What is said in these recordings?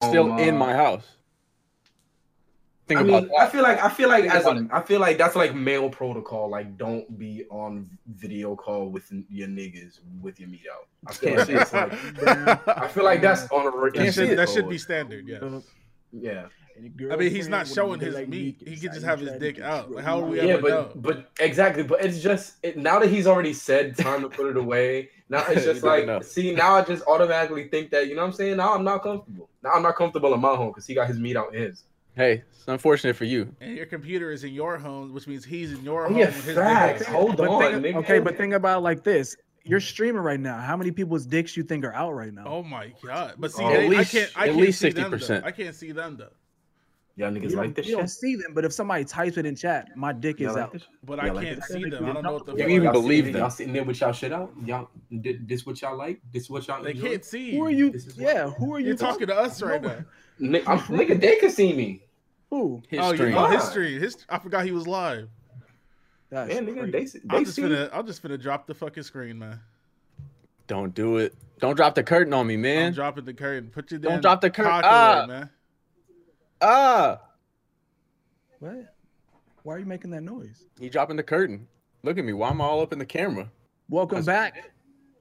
Oh, still um, in my house. Think I about mean, I that. feel like I feel like Think as about a, I feel like that's like male protocol. Like, don't be on video call with n- your niggas with your meat out. I feel like Can't see that's like, I feel like that's on a Can't that see it. should, that should be standard. Yeah. yeah, I mean, he's not showing his meat. He could just have his dick out. Like, how would we yeah, ever but know? but exactly. But it's just it, now that he's already said time to put it away. Now it's You just never like know. see now I just automatically think that you know what I'm saying. Now I'm not comfortable. Now I'm not comfortable in my home because he got his meat out in his. Hey, it's unfortunate for you. And your computer is in your home, which means he's in your home. Oh, Yeah, with his dick facts. out. Hold But on, think, nigga. okay, but think about it like this: you're streaming right now. How many people's dicks you think are out right now? Oh my god! But see, Oh. they- At least- I can't. I at can't least see them, though. 60%. I can't see them though. y'all niggas you like don't, this you don't shit. see them, but if somebody types it in chat, my dick is Y'all like out. this shit? But Yeah, I like can't that. see them. I don't know what the. You fuck- even Y'all believe sitting- them. Y'all sitting there with y'all shit out. Y'all, thi- this what y'all like. This what y'all. They enjoy? can't see. Who are you? This is- Yeah, who are you You're talking to us right now. Ni- I'm, nigga, they can see me. Who? His oh, stream. You, oh, Why? history. History. I forgot he was live. That's Man, nigga, crazy. they, see- they I'm just see gonna. I'm just gonna drop the fucking screen, man. Don't do it. Don't drop the curtain on me, I'm man. dropping the curtain. Put your Don't damn drop the curtain. cock Ah. away, man. Ah, What? Why are you making that noise? you dropping the curtain. Look at me. Why am I all up in the camera? Welcome back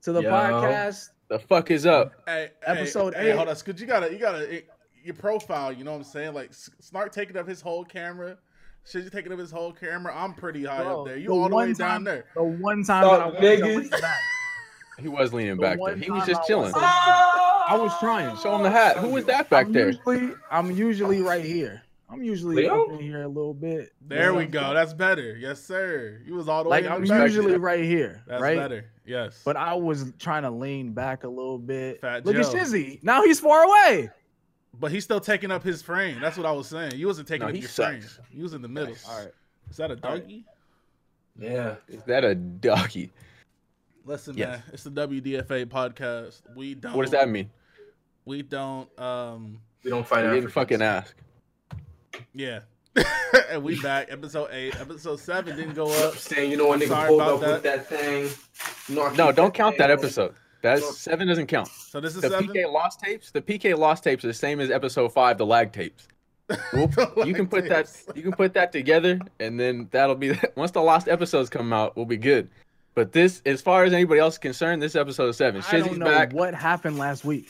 to the Yo. podcast. The fuck is up? Hey, Episode episode hey, eight. Hold on, cause you gotta, you gotta, it, your profile. You know what I'm saying? Like S- Snark taking up his whole camera. Shit, you taking up his whole camera. I'm pretty high Bro, up there. the You all the one way down time- there. The one time Sup, that I wanted to niggas? bring back. He was leaning The back there. one He was time just I chilling. was- Oh, I was trying. Show him the hat. Who was that back I'm there? Usually, I'm usually right here. I'm usually Leo? up in here a little bit. There Yeah. we go. That's better. Yes, sir. You was all the Like way. in I'm the back. usually right here, That's right? better. Yes. But I was trying to lean back a little bit. Fat Look at Joe. Shizzy. Now he's far away. But he's still taking up his frame. That's what I was saying. You wasn't taking No, up he your sucks. frame. You was in the middle. Nice. All right. Is that a All right. doggy? Yeah. Is that a ducky? Listen, Yes. man. It's the WDFA podcast. We don't. What does that mean? We don't. Um. We don't fight You didn't Africans. fucking ask. Yeah. and we back. Episode eight. Episode seven didn't go up. I'm saying, you know, a I'm nigga sorry pulled about up with that thing. You know, I No, keep don't count that thing. episode. That's seven doesn't count. So this is The seven. PK lost tapes. The PK lost tapes are the same as episode five, the lag tapes. We'll- The you can lag put tapes. that. You can put that together, and then that'll be once the lost episodes come out, we'll be good. But this, as far as anybody else is concerned, this episode is seven. I don't Shizzy's know back. what happened last week.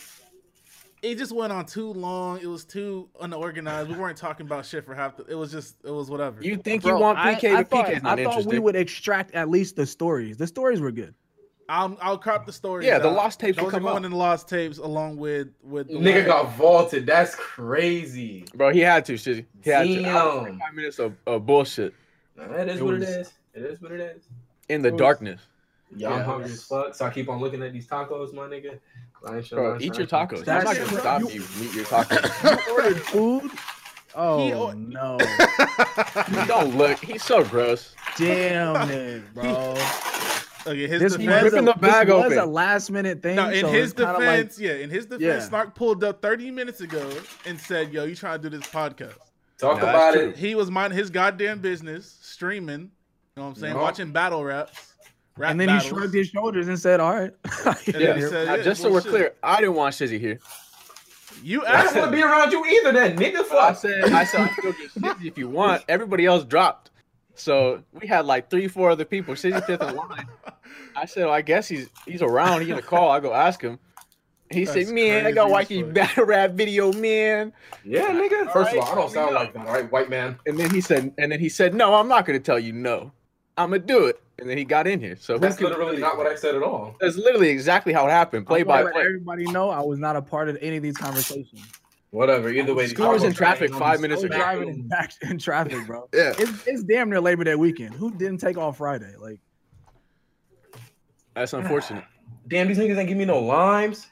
It just went on too long. It was too unorganized. We weren't talking about shit for half. The, it was just. It was whatever. You think Bro, you want I- PK? I but thought- PK's not I thought we interested. would extract at least the stories. The stories were good. I'll I'll crop the story. Yeah, the lost tapes will Those are come going up. in the lost tapes along with with the Nigga lag. got vaulted. That's crazy. Bro, he had to. Shizzy. He had to. Damn. Five minutes of, of bullshit Nah, That is It what it was- is. It is what it is. in the It was- darkness. Y'all Yeah. hungry as fuck, so I keep on looking at these tacos, my nigga. I ain't Bro, tryna- eat your tacos. I'm That's- not gonna stop you- you. from Eat your tacos. Ordered food. He Oh or- no! Don't look. He's so gross. Damn it, bro. okay, his defense. This was, a, Ripping the bag this was open. a last minute thing. No, in so his it's kinda defense, yeah, in his defense, Yeah. Snark pulled up 30 minutes ago and said, "Yo, you trying to do this podcast?" Talk Nah, about that's it. He was minding his goddamn business, streaming. You know what I'm Uh-huh. saying? Yeah. Watching battle raps. Rap like, and then battles. he shrugged his shoulders and said, "All right." then he said- Now, yeah, just so we're bullshit. clear, I didn't want Shizzy here. You I asked don't want to him. be around you either, that nigga. But I Fuck. said, I said, I still get Shizzy if you want. Everybody else dropped. So we had like three, four other people. Shizzy fifth in line. I said, well, I guess he's he's around. He gonna call. I go ask him. He That's said, man, I got crazy watch as these fuck. battle rap video, man. Yeah, nigga. First Alright, of all, I don't let sound me like that, all right, white man. And then he said, and then he said, no, I'm not gonna tell you no. I'm gonna do it. And then he got in here. So who That's can- literally not what I said at all. That's literally exactly how it happened, play I wanna by let play. Everybody know I was not a part of any of these conversations. Whatever. Either way, School was tacos in traffic ain't five gonna minutes be I'm so ago. bad. driving in, back in traffic, bro. Yeah, It's, it's damn near Labor Day weekend. Who didn't take off Friday? Like, that's unfortunate. Damn, these niggas ain't give me no limes.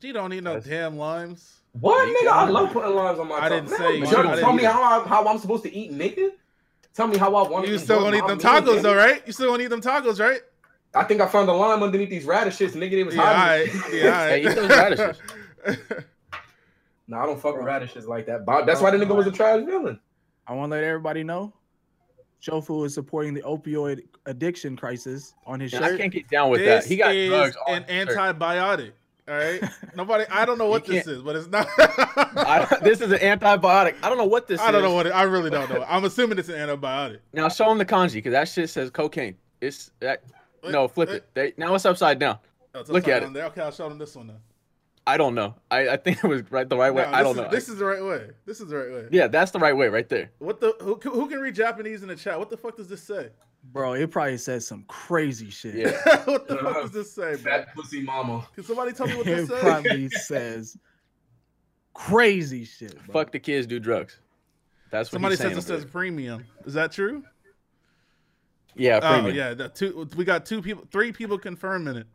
You don't need no That's- damn limes. What, You nigga? I can- love putting limes on my. I taco. didn't Man, say- but I y'all didn't tell me either. how I, how I'm supposed to eat, nigga. Tell me how I want. to You eat. still What gonna eat my them meal, tacos nigga? though, right? You still gonna eat them tacos, right? I think I found a lime underneath these radishes, nigga. They was Yeah, all hiding right. it. Hey, eat Yeah, all those right. radishes. Nah, I don't fuck with radishes like that. Bob, that's why the nigga was a trash villain. I want to let everybody know, Jofu is supporting the opioid addiction crisis on his I shirt. can't get down with this that. He got is drugs. on an his shirt. antibiotic. All right. Nobody. I don't know what You this is, but it's not. I, I, this is an antibiotic. I don't know what this is. don't know what. It, I really don't know. I'm assuming it's an antibiotic. Now show them the kanji because that shit says cocaine. It's that. Wait, no, flip wait. it. They, now it's upside down. Oh, it's Look upside at down There. Okay, I'll show them this one now. I don't know. I, I think it was right the right way. No, I this don't is- know. This is the right way. This is the right way. yeah, that's the right way right there. What the? Who, can- who can read Japanese in the chat? What the fuck does this say? Bro, it probably says some crazy shit. Yeah. what the fuck does this say, bro? Fat pussy mama. Can somebody tell me what this It says? probably says crazy shit. Bro. Fuck the kids do drugs. That's what Somebody he's says saying it over says premium. Is that there. true? Yeah, Oh premium. yeah, the two. We got two people, three people confirming it.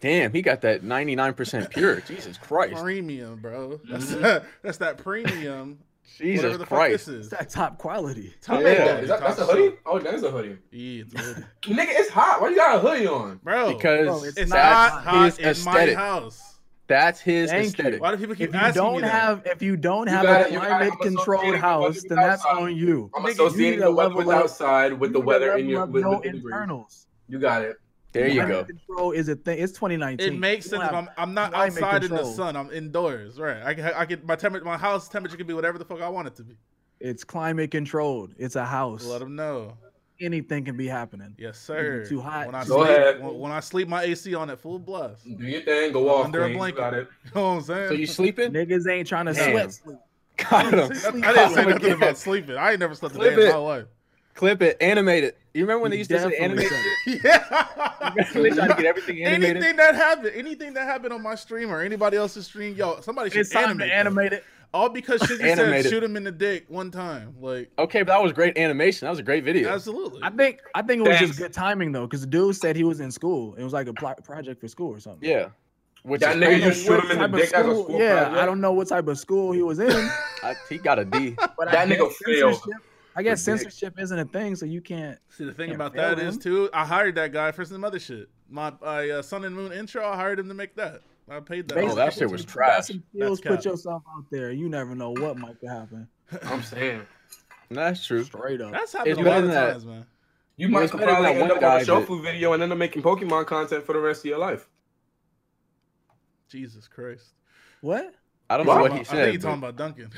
Damn, he got that 99% pure. Jesus Christ. Premium, bro. That's that's that premium. Jesus whatever the Christ. fuck this It's is. that top quality. Top Yeah. quality, Is that, that's a top hoodie? shelf. Oh, that is a hoodie. Yeah, it's a hoodie. Nigga, it's hot. Why you got a hoodie on? bro. Because Bro, it's it's that's not hot his in aesthetic. my house. That's his Thank you. aesthetic. Why do people keep If you asking me don't that? have if you don't You have gotta- a you gotta- climate I'm controlled associating house, the then that's outside. on you. I'm Nigga, you associating need the to weather level with up- outside with You the need to weather level in your up with, your with the degrees. internals. You got it. There you Climate go. Control is a thing. It's 2019. It makes You sense. If have- I'm, I'm not climate outside in the control. sun. I'm indoors, right? I can, I can, my temperature, my house temperature can be whatever the fuck I want it to be. It's climate controlled. It's a house. Let them know. Anything can be happening. Yes, sir. too hot. When I Go sleep, ahead. When, when I sleep, my AC on at full blast. You Do your thing. Go off. Under a Queen. You blanket. got it. know what I'm saying? So you sleeping? Niggas ain't trying to Damn. sweat. sleep. Got him. See, I, I didn't say Got him nothing again. about sleeping. I ain't never slept a Clip day in it. my life. Clip it. Animate it. You remember when they You used to say definitely animate? said it. yeah. they try to get everything animated. Anything that happened, anything that happened on my stream or anybody else's stream, yo, somebody should It's time animate. to that. animate it. All because Shizzy said Animate it. shoot him in the dick one time. Like, Okay, but that was great animation. That was a great video. absolutely. I think I think it was Thanks. just good timing though, because the dude said he was in school. It was like a pl- project for school or something. yeah. Which is That nigga crazy. just shoot him in the Type of dick. That's a school- school yeah, project. I don't know what type of school he was in, I, he got a D. but I That guess nigga failed. censorship- I guess For dick. censorship isn't a thing, so you can't. See, the thing Can't about fail that is him. too, I hired that guy for some other shit. My my, uh, Sun and Moon intro, I hired him to make that. I paid that. Oh, that shit was you got trash. some skills, That's cap. put yourself out there. You never know what might happen. I'm saying. That's true. Straight up. That's happened It's a lot better of than that. times, man. You Well, might it's could better than probably that end one up on a guy show that- food video and end up making Pokemon content for the rest of your life. Jesus Christ. What? I don't Well, know what Talking he about- I think said. you're but- talking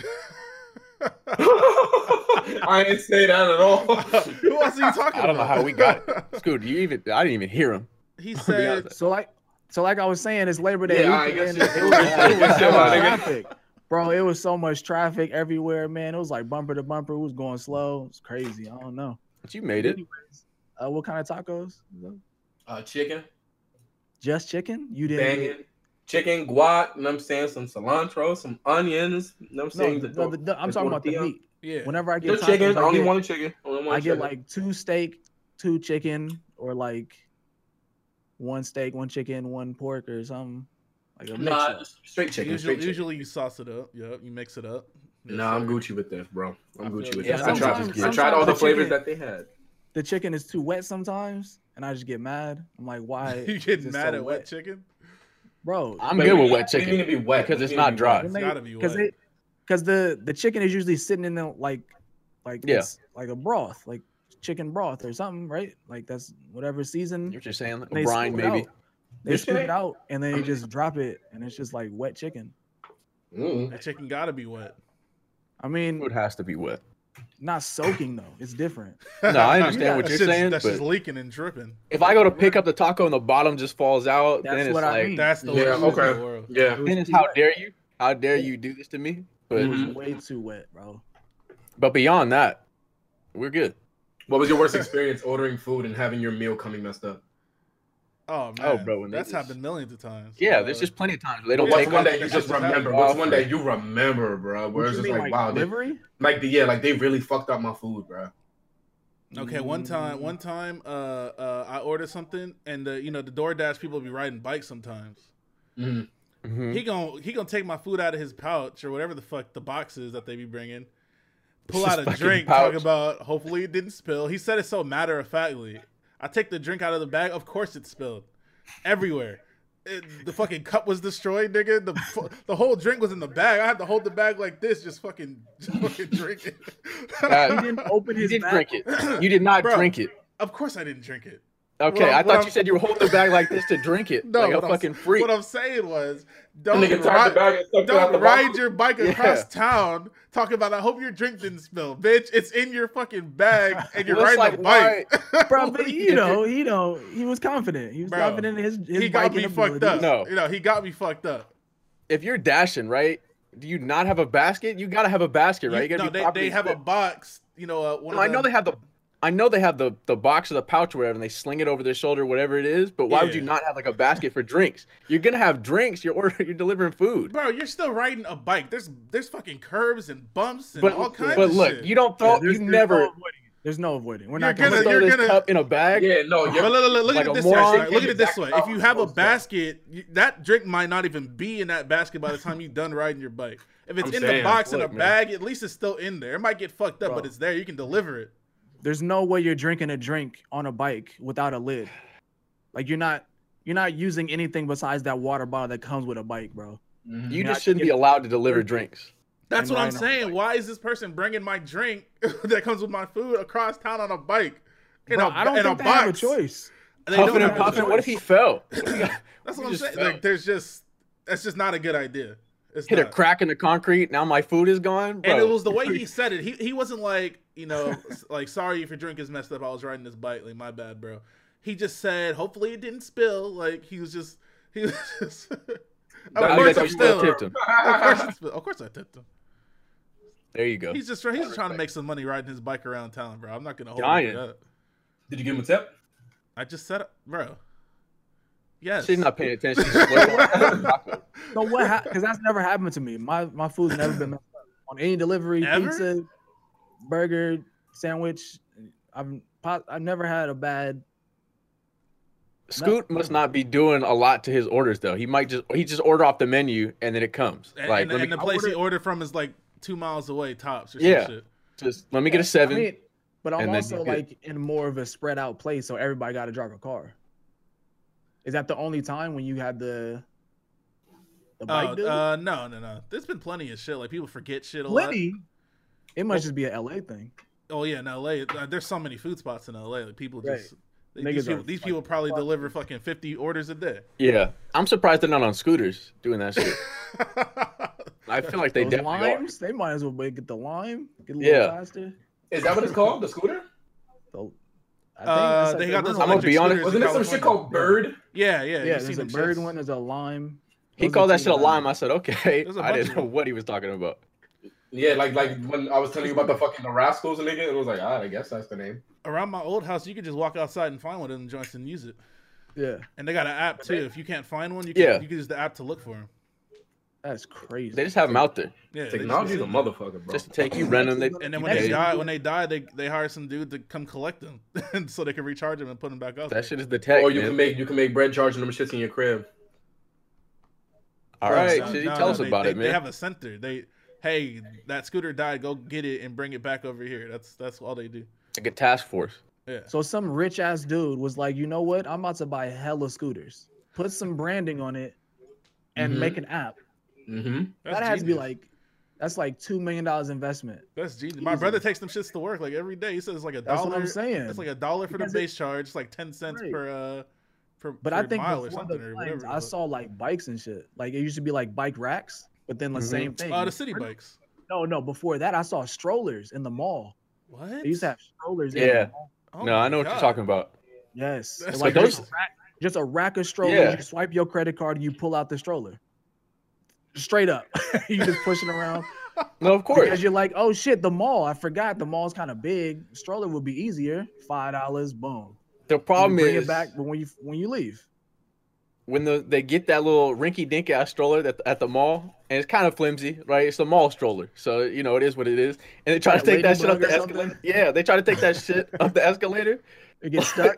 about Duncan. I ain't say that at all. Who else are you talking about? I don't know how we got Scoot, you even I didn't even hear him. he honest. said, So like, so like I was saying, it's Labor Day. Yeah, I weekend, guess it you- was- it was so Yeah, much I guess- traffic. Bro, it was so much traffic everywhere, man. It was like bumper to bumper. It was going slow. It's crazy. I don't know. But you made it. Anyways, uh, what kind of tacos? Uh, chicken, Just chicken? You didn't. get- banging, chicken, guac, you know what I'm saying? Some cilantro, some onions, you know what I'm No, saying? no, The dor- the- the- I'm the talking about the tortilla. meat. yeah. Whenever I get Just tacos, chicken, I only get, one chicken. Only one I get chicken. like two steak, two chicken, or like one steak, one chicken, one pork, or something. Like a mix nah, up. straight chicken. usually, straight chicken. usually you sauce it up. Yep, you mix it up. Yes, Nah, I'm sir. Gucci with this, bro. I I'm feel Gucci you. with Yeah, this. I tried, sometimes- I tried all the sometimes flavors chicken- that they had. The chicken is too wet sometimes, and I just get mad. I'm like, why? you is get this mad so at wet chicken? bro? I'm Wait, good what with do you- wet what do you mean chicken. to be wet? because What it's do you mean not to be dry. wet? It's gotta be because wet. it because the the chicken is usually sitting in the like like Yeah. it's like a broth like chicken broth or something right like that's whatever season You're just saying like, they brine scoop it maybe. out. they This scoop shit it out and then they just drop it and it's just like wet chicken Mm. The chicken gotta be wet. i mean Food has to be wet. not soaking though it's different No, I understand what That you're shit's- saying, That's just but- leaking and dripping. If I go to pick up the taco and the bottom just falls out, That's then it's what I like mean. That's the Yeah, worst shit in okay. the world. It Yeah. was then it's too how wet. dare you? How dare you do this to me? But It Mhm. was way too wet bro but beyond that, we're good. What was your worst experience ordering food and having your meal coming messed up? Oh man, Oh, bro, when they that's just- happened millions of times. Yeah, there's Uh, just plenty of times where they don't Yeah, What's take one off. that you just remember? What's one that you remember, bro? Where What it's you just mean, like, wow, they, delivery like the yeah, like they really fucked up my food, bro. Okay, one time, one time, uh, uh, I ordered something, and the you know the DoorDash people be riding bikes sometimes. Mhm. Mhm. He gon' he gonna take my food out of his pouch or whatever the fuck the box is that they be bringing. Pull His out a fucking drink, pouch. talk about hopefully it didn't spill. He said it so matter of factly. I take the drink out of the bag. Of course it spilled everywhere. It- the fucking cup was destroyed, nigga. The fu- the whole drink was in the bag. I had to hold the bag like this, just fucking, just fucking drink it. That- he didn't open You his did mouth drink it. You did not Bro. drink it. of course I didn't drink it. Okay, What I I'm- what thought I'm- you said you were holding the bag like this to drink it. No, like a what I'm- fucking freak. What I'm saying was, That don't nigga ride- tied the bag and sucked it out the Don't ride box. your bike Yeah. across town talking about I hope your drink didn't spill, bitch. It's in your fucking bag and you're Well, it's riding a like, bike. bro. What But do you know, you know, he was confident. He was Bro, confident in his his he bike got me fucked ability. up. No. You know, he got me fucked up. If you're dashing, right? Do you not have a basket? You gotta have a basket, right? You You- gotta no, be they, properly they have a equipped. box, you know, uh, one No, of I know the- they have the. I know they have the the box or the pouch or whatever, and they sling it over their shoulder, whatever it is. But why would you Yeah. not have like a basket for drinks? You're gonna have drinks. You're ordering. You're delivering food. Bro, you're still riding a bike. There's there's fucking curves and bumps and But all kinds but of look, shit. you don't Yeah, throw. there's- you there's never No avoiding it. There's no avoiding. it. You're We're not I'm gonna. gonna gonna- throw you're this gonna- cup in a bag. Yeah, no, But you're look, look, look, look Like at a it this way. moron, Shrek. Look at it this way. back If you have a out. basket, you, that drink might not even be in that basket by the time you're done riding your bike. If it's I'm in the saying, box in a look, man. bag, at least it's still in there. It might get fucked up, Bro. but it's there. You can deliver it. There's no way you're drinking a drink on a bike without a lid. Like you're not. You're not using anything besides that water bottle that comes with a bike, bro. Mhm. You Yeah, I just can shouldn't be get- allowed to deliver drinks. That's And what I'm riding on a saying. Why is this person bringing my drink that comes with my food across town on a bike? In Bro, a, I don't in think a they box. have a choice. They don't Puffing have and a puffing. choice. What if he fell? That's he what I'm just saying. fell? Like, there's just that's just not a good idea. It's Hit a not. crack in the concrete. Now my food is gone. Bro. And it was the way he said it. He he wasn't like you know s- like sorry if your drink is messed up. I was riding this bike. Like my bad, bro. He just said hopefully it didn't spill. Like he was just he was just. That- of I course guess I'm you still still. tipped him. Of course, it spilled. of course I tipped him. There you go. He's just he's just trying to respect. make some money riding his bike around town, bro. I'm not gonna hold Dying. him to that. Did you give him a tip? I just said, it- bro. Yes. She's not paying attention. She's sweating. So what? Because that's never happened to me. My my food's never been messed up on any delivery, Ever? pizza, burger, sandwich. I've po- I've never had a bad. Scoot must not be doing a lot to his orders though. He might just he just order off the menu and then it comes. And, like and- let me and the place he ordered from is like two miles away, tops or some Yeah. shit. just let me get a seven. I mean, but I'm and then also you get- like in more of a spread out place, so everybody got to drive a car. Is that the only time when you had the the Oh, bike dude? uh, no, no, no. There's been plenty of shit. Like people forget shit a lot. Plenty. It Well- must just be a LA thing. Oh yeah, in LA, uh, there's so many food spots in LA. Like people Right. just Niggas these, are people, these like, people probably fuck. deliver fucking 50 orders a day. yeah, I'm surprised they're not on scooters doing that shit. I feel like they Those definitely are. limes, they might as well be- get the lime, get a little Yeah. faster. Is that what it's called? The scooter? So, I think Uh, that's, like, they the got those rental I'm gonna electric be honest- scooters in Wasn't there some shit California. called Bird? Yeah, yeah. yeah, you've there's seen a them bird shits. one. There's a lime. He Those called are that two shit a that I lime. know. I said okay. There's a I bunch didn't of know them. what he was talking about. Yeah, like like when I was telling you about the fucking the Rascals nigga, it was like, all right, I guess that's the name. Around my old house, you could just walk outside and find one of them joints and use it. Yeah, And they got an app too. If you can't find one, you can Yeah. you can use the app to look for them. that's crazy. They just have them out there Yeah, they just- Technology's a motherfucker, bro. just to take you, rent them. They, And then you when they pay. die, when they die, they they hire some dude to come collect them, and so they can recharge them and put them back up. that shit is the tech. Oh, or you man. can make you can make bread charging them shits in your crib. All right, No, shit, no, tell no, us they- about they- it, They man. have a center. They hey, that scooter died. Go get it and bring it back over here. That's that's all they do. Like a task force. Yeah. So some rich ass dude was like, you know what? I'm about to buy hella scooters, put some branding on it, and Mhm. make an app. Mm-hmm. That's that has to be genius. like, that's like two million dollars investment. that's genius. My brother takes them shits to work like every day. He says it's like a That's dollar. what I'm saying. It's like a dollar for Because the it- base charge. It's like ten cents Right. per uh per, but per I think mile or before something the or times, whatever. I saw like bikes and shit. Like it used to be like bike racks, but then the Mhm. same thing. uh, the city bikes. No, no. Before that, I saw strollers in the mall. What? They used to have strollers. In Yeah. the mall. Oh no, my I know what God. you're talking about. Yes. That's like crazy. just, a rack, just a rack of strollers. Yeah. You swipe your credit card and you pull out the stroller. Straight up. you just pushing around. No, of course. Because you're like, oh shit, the mall. I forgot the mall's kind of big. Stroller would be easier. Five dollars, boom. The You problem bring is it back when you when you leave. when the, they get that little rinky dink ass stroller that, at the mall, and it's kind of flimsy, right? It's a mall stroller, so you know it is what it is. And they try Like to take that shit up Ladybug the or something? escalator. Yeah, they try to take that shit up the escalator. It gets stuck.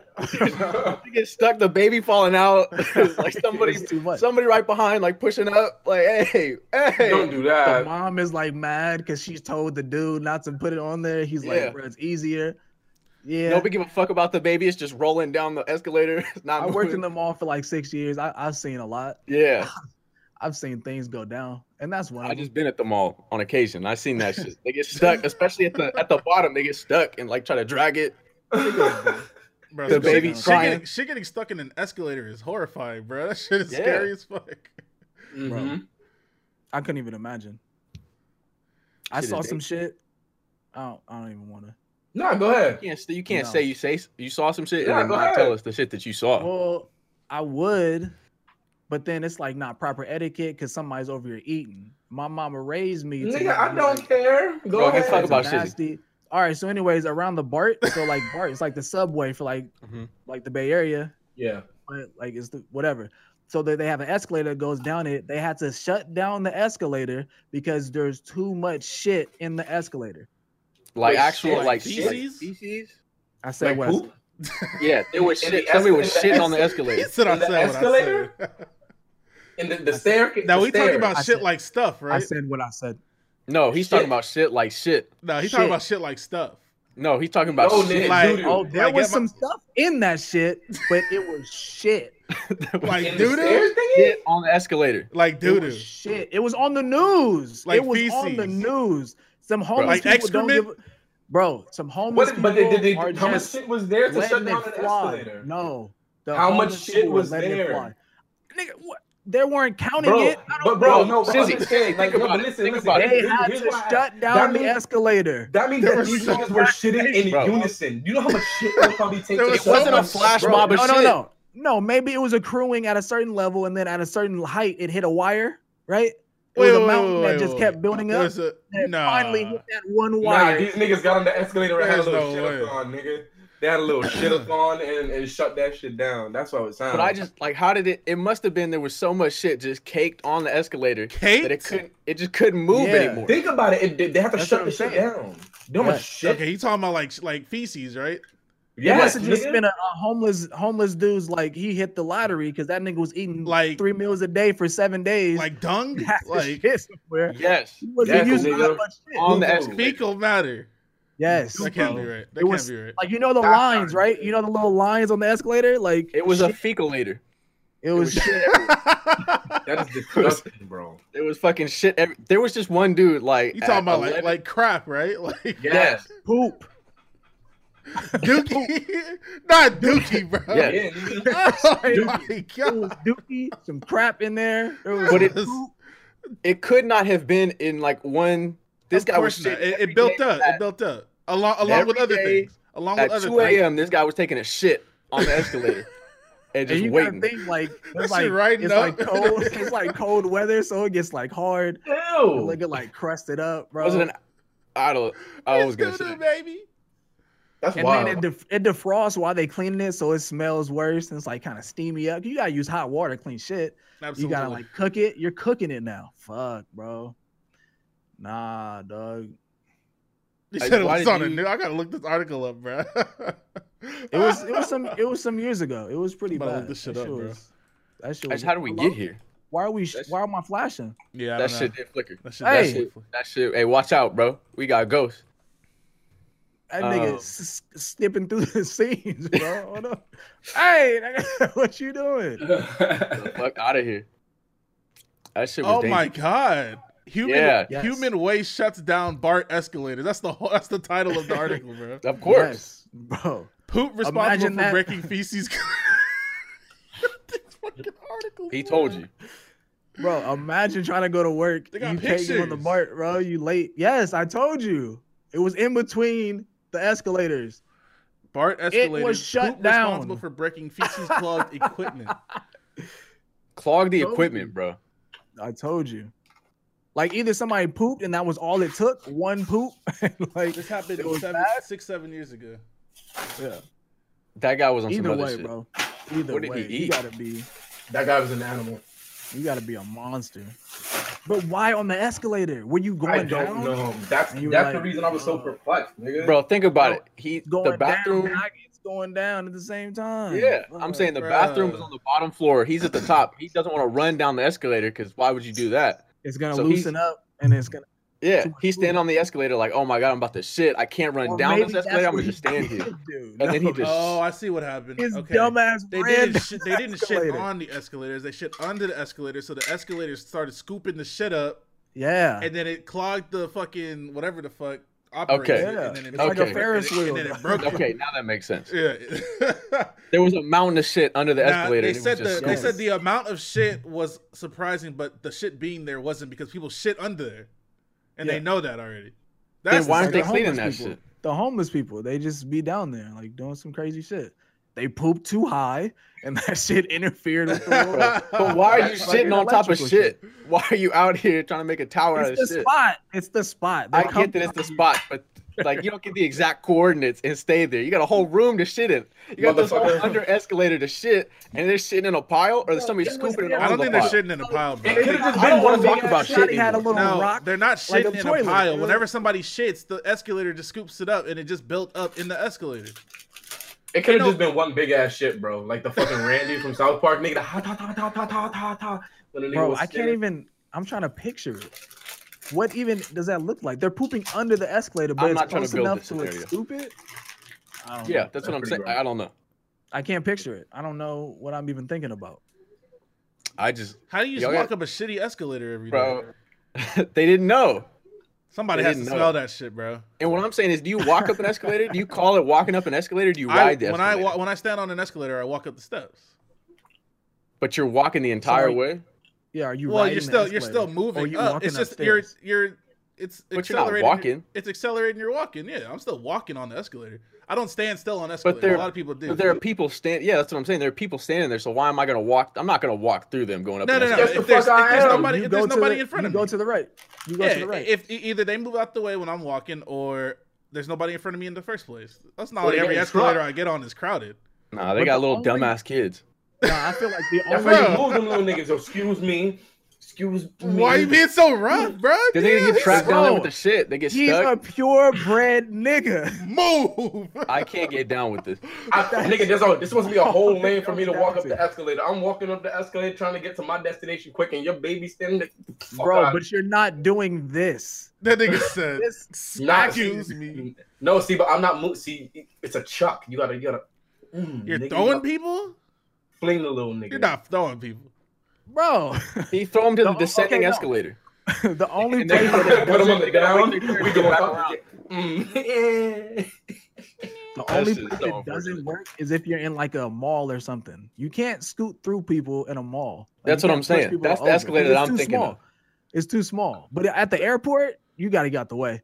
You get stuck, the baby falling out, like somebody, It's too much. somebody right behind, like pushing up, like hey, Don't hey. do the that. mom is like mad because she's told the dude not to put it on there. He's Yeah. like, bro, it's easier. Yeah. Nobody give a fuck about the baby. It's just rolling down the escalator. It's not. I worked moving. in the mall for like six years. I, I've seen a lot. Yeah, I've seen things go down, and that's one. I of them. just been at the mall on occasion. I seen that shit. They get stuck, especially at the at the bottom. They get stuck and like try to drag it. Bro, The she- baby she, crying. getting, she getting stuck in an escalator is horrifying, bro. That shit is Yeah. scary as fuck. Mhm. I couldn't even imagine. I Shit is saw big. some shit. I don't, I don't even want to. No, go ahead. You can't, say- you can't No. say you say you saw some shit Yeah, and go then not tell ahead. us the shit that you saw. Well, I would, but then it's like not proper etiquette because somebody's over here eating. My mama raised me. to Nigga, not I be don't like- care. Go Bro, ahead. let's talk about shit. nasty. All right, so anyways, around the BART, so like BART, it's like the subway for like Mhm. like the Bay Area, yeah. but like it's the, whatever. So they, they have an escalator that goes down it. They had to shut down the escalator because there's too much shit in the escalator. like Wait, actual shit, like feces? shit, like feces? I Like said West. poop? Yeah, there was In the shit. Somebody was escal- in the shitting on the escal- He escalator. said I In the said what I said. And the, the stair. Now the we talking stair. about I shit said- like stuff, I right? said what I said. No, he's talking Shit. about shit like shit. No, he's talking Shit. about shit like stuff. No, he's talking about No, shit. nigga. Like, doo-doo. Oh, there Like, was am I- some stuff in that shit, but it was shit. like In the doo stairs, doo, nigga? Shit on the escalator. like It doo was doo. shit. It was on the news. Like it was on the feces. news. Some homeless Like people don't excrement? give. Bro, some homeless What, people but did, did they, are how much just shit was there to shut letting down it an fly. escalator? No. The How much homeless shit people were was letting it there? fly. Nigga, what? They weren't counting Bro, it. I but don't bro, know. no, but Sizzy, understand, like, think no, about but it, listen, think listen. about they here- had here's to why I- shut that down the means- escalator. That means There that was these so niggas were shitting in Bro. unison. You know how much shit it probably takes. There to was It shut wasn't down a an flash escalator? mob of no, shit. no, no. No, maybe it was accruing at a certain level and then at a certain height it hit a wire, right? It was Wait, a wait, mountain wait, that wait, just wait. kept building up. There's a and it nah. finally hit that one Nah, wire. these niggas got on the escalator and had a There's little no shit way. on, nigga. They had a little shit on and, and shut that shit down. That's what it sounds. But I just like how did it? It must have been there was so much shit just caked on the escalator that it Kate. couldn't. It just couldn't move Yeah. anymore. think about it. it they, they have to That's shut what the I'm shit saying. down. You know how Yeah. much shit? Okay, you talking about like sh- like feces, right? It Yes, must have just nigga. been a, a homeless homeless dude's like he hit the lottery because that nigga was eating Like three meals a day for seven days. like dung, Had to like shit somewhere. Yes, He wasn't Yes, using that nigga. much shit. on the Boo-boo. escalator. fecal matter. Yes. That Bro. can't be right. That It can't was- be right. Like you know the Ah. lines, right? You know the little lines on the escalator? Like It was a shit, fecal later. it was was- shit. That is disgusting, bro. There was fucking shit. Every, there was just one dude like you at talking about like 11 like crap, right? Like yes, poop. dookie, not dookie, bro. Yeah. Yeah, nigga. Oh my It god. was dookie, some crap in there. There was But it- poop. it could not have been in like one. This Of guy was course not. shitting It, every it built day up. at- It built up along along with Every other day things. Along with At other two things. a.m., this guy was taking a shit on the escalator and and just you waiting. gotta think like That it's shit like, right it's now. like cold, it's like cold weather, so it gets like hard. The Ew. nigga like crusted up, bro. was it an? I don't. I was gonna It's say. doo-doo, baby. That's and wild. then it, def- it defrosts while they cleaning it, so it smells worse and it's like kind of steamy up. You gotta use hot water to clean shit. Absolutely. You gotta like cook it. You're cooking it now. Fuck, bro. Nah, dog. They Like, said it why was did on a you- new. I gotta look this article up, bro. It was it was some it was some years ago. It was pretty I'm about to bad. look this shit up, bro. was, that shit That's was, how did we get here? Why are we? That's- Why am I flashing? Yeah, I That don't shit know. did flicker. That shit. Hey. definitely- That shit. Hey, watch out, bro. We got ghosts. That Um, nigga s- s- snipping through the scenes, bro. Hold up. hey, nigga, what you doing? The fuck out of here. That shit was Oh my dangerous. god. Human Yeah. Yes. human waste shuts down BART escalator. That's the whole, that's the title of the article, bro. Of course. Yes, bro. Poop responsible Imagine for that. breaking feces. This fucking article, He bro. told you. Bro, imagine trying to go to work. They got you can't get on the pictures. BART, bro. You late. Yes, I told you. It was in between the escalators. BART escalator. was shut poop down. Responsible for breaking feces clogged equipment. Clog the Told equipment, you. bro. I told you. Like either somebody pooped and that was all it took, one poop. like This happened It was seven, bad. six, seven years ago. yeah. That guy was on some Either other way, shit. bro. Either What did he way, you eat? gotta be that guy was an animal. you gotta be a monster. But why on the escalator? Were you going I don't down? know. That's And you that's were the like, reason I was so uh, perplexed, nigga. Bro, think about Bro, it. He going the bathroom. down, Nuggets going down at the same time. Yeah, I'm saying the bathroom is bruh. on the bottom floor. He's at the top. He doesn't want to run down the escalator because why would you do that? it's gonna so he's- loosen up and it's gonna. Yeah, Too much he's standing room. on the escalator like, oh my god, I'm about to shit. I can't run Or down maybe this that's escalator. I'm what gonna just he stand here. did do. And then he No, just- Oh, I see what happened. his okay. dumbass They ran didn't. down Shit, the they didn't shit escalator. on the escalators. They shit under the escalator, so the escalators started scooping the shit up, Yeah, and then it clogged the fucking whatever the fuck operates Okay. it, and Yeah. then it It's like broke a it, Ferris and then- wheel. And then it broke Okay, now that makes sense. it. Yeah. There was a mountain of shit under the Nah, escalator. and they it was said the just they stupid. said the amount of shit was surprising, but the shit being there wasn't because people shit under there, and Yeah. they know that already. Then the why aren't Like they the cleaning that homeless shit? people. The homeless people, they just be down there like doing some crazy shit. They poop too high, and that shit interfered with the water. But why are you Like sitting on top of electrical shit? Why are you out here trying to make a tower out of It's the shit? spot. It's the spot. I They're get that it's the spot, but like you don't get the exact coordinates and stay there. You got a whole room to shit in. You got this whole Motherfucker. under escalator to shit, and they're shitting in a pile, or there's somebody scooping it I on don't the think they're pile. shitting in a pile, bro. It could have just I been don't one want of to talk the about shit. Shotty had a anymore. little No, rock. they're not like shitting a in a toilet, pile. dude. Whenever somebody shits, the escalator just scoops it up, and it just built up in the escalator. It could have just been one big ass shit, bro. Like the fucking Randy from South Park, nigga. The ha ta ta ta ta ta ta ta. When the nigga Bro, was I can't sitting- even. I'm trying to picture it. What even does that look like? They're pooping under the escalator, but I'm it's not trying to close build enough this to it's scenario. stupid. I don't Yeah, know. that's That's what I'm pretty saying. gross. I don't know. I can't picture it. I don't know what I'm even thinking about. I just, How do you just Y'all walk got- up a shitty escalator every day? bro, they didn't know. Somebody they has to didn't know. smell that shit, bro. And what I'm saying is, do you walk up an escalator? Do you call it walking up an escalator? Do you I, ride the when escalator? I wa- when I stand on an escalator, I walk up the steps. but you're walking the entire like, way. Yeah, are you? well, riding you're the still you're escalator? still moving you up. walking It's just upstairs? you're you're it's But you're not accelerating. walking. It's accelerating your walking. Yeah, I'm still walking on the escalator. I don't stand still on escalators. there- a lot of people do. But there are people stand. Yeah, that's what I'm saying. There are people standing there. So why am I gonna walk? I'm not gonna walk through them going up. no, an no, no. escalator. Yes, the If there's, if fuck I there's am. nobody, You if go there's to nobody the- in front you of me, go to the right. You go yeah. to the right. If e- either they move out the way when I'm walking, or there's nobody in front of me in the first place. That's not Or like they every get escalator struck. I get on is crowded. Nah, they But got the little only- dumbass kids. Nah, I feel like the That's only. why Bro. you move them little niggas. yo. Excuse me. Excuse me. Why you being so rough, bro? Cause they Yeah, get trapped down there with bro. the shit. They get He's a stuck. purebred nigga. Move. I can't get down with this. I, nigga, there's a, this must be a whole lane for me to That's walk up it. the escalator. I'm walking up the escalator trying to get to my destination quick, and your baby standing there. Oh, Fuck Bro, out. but you're not doing this. That nigga said, This Nah, "Excuse see- me." No, see, but I'm not. Mo- see, it's a chuck. You gotta, you gotta. mm, You're nigga, you throwing gotta people. Fling the little nigga. You're not throwing people. bro. He throw him to the No, descending okay, no. escalator. the only And then place you put that it- Put does him it, on the They gotta ground. make sure We they go back up. Mm. the That only shit is place so that unfortunate. doesn't work is if you're in like a mall or something. You can't scoot through people in a mall. Like, That's you what can't I'm push saying. people That's the over, 'cause escalator it's that I'm too thinking small. of. It's too small. But at the airport, you gotta get out the way.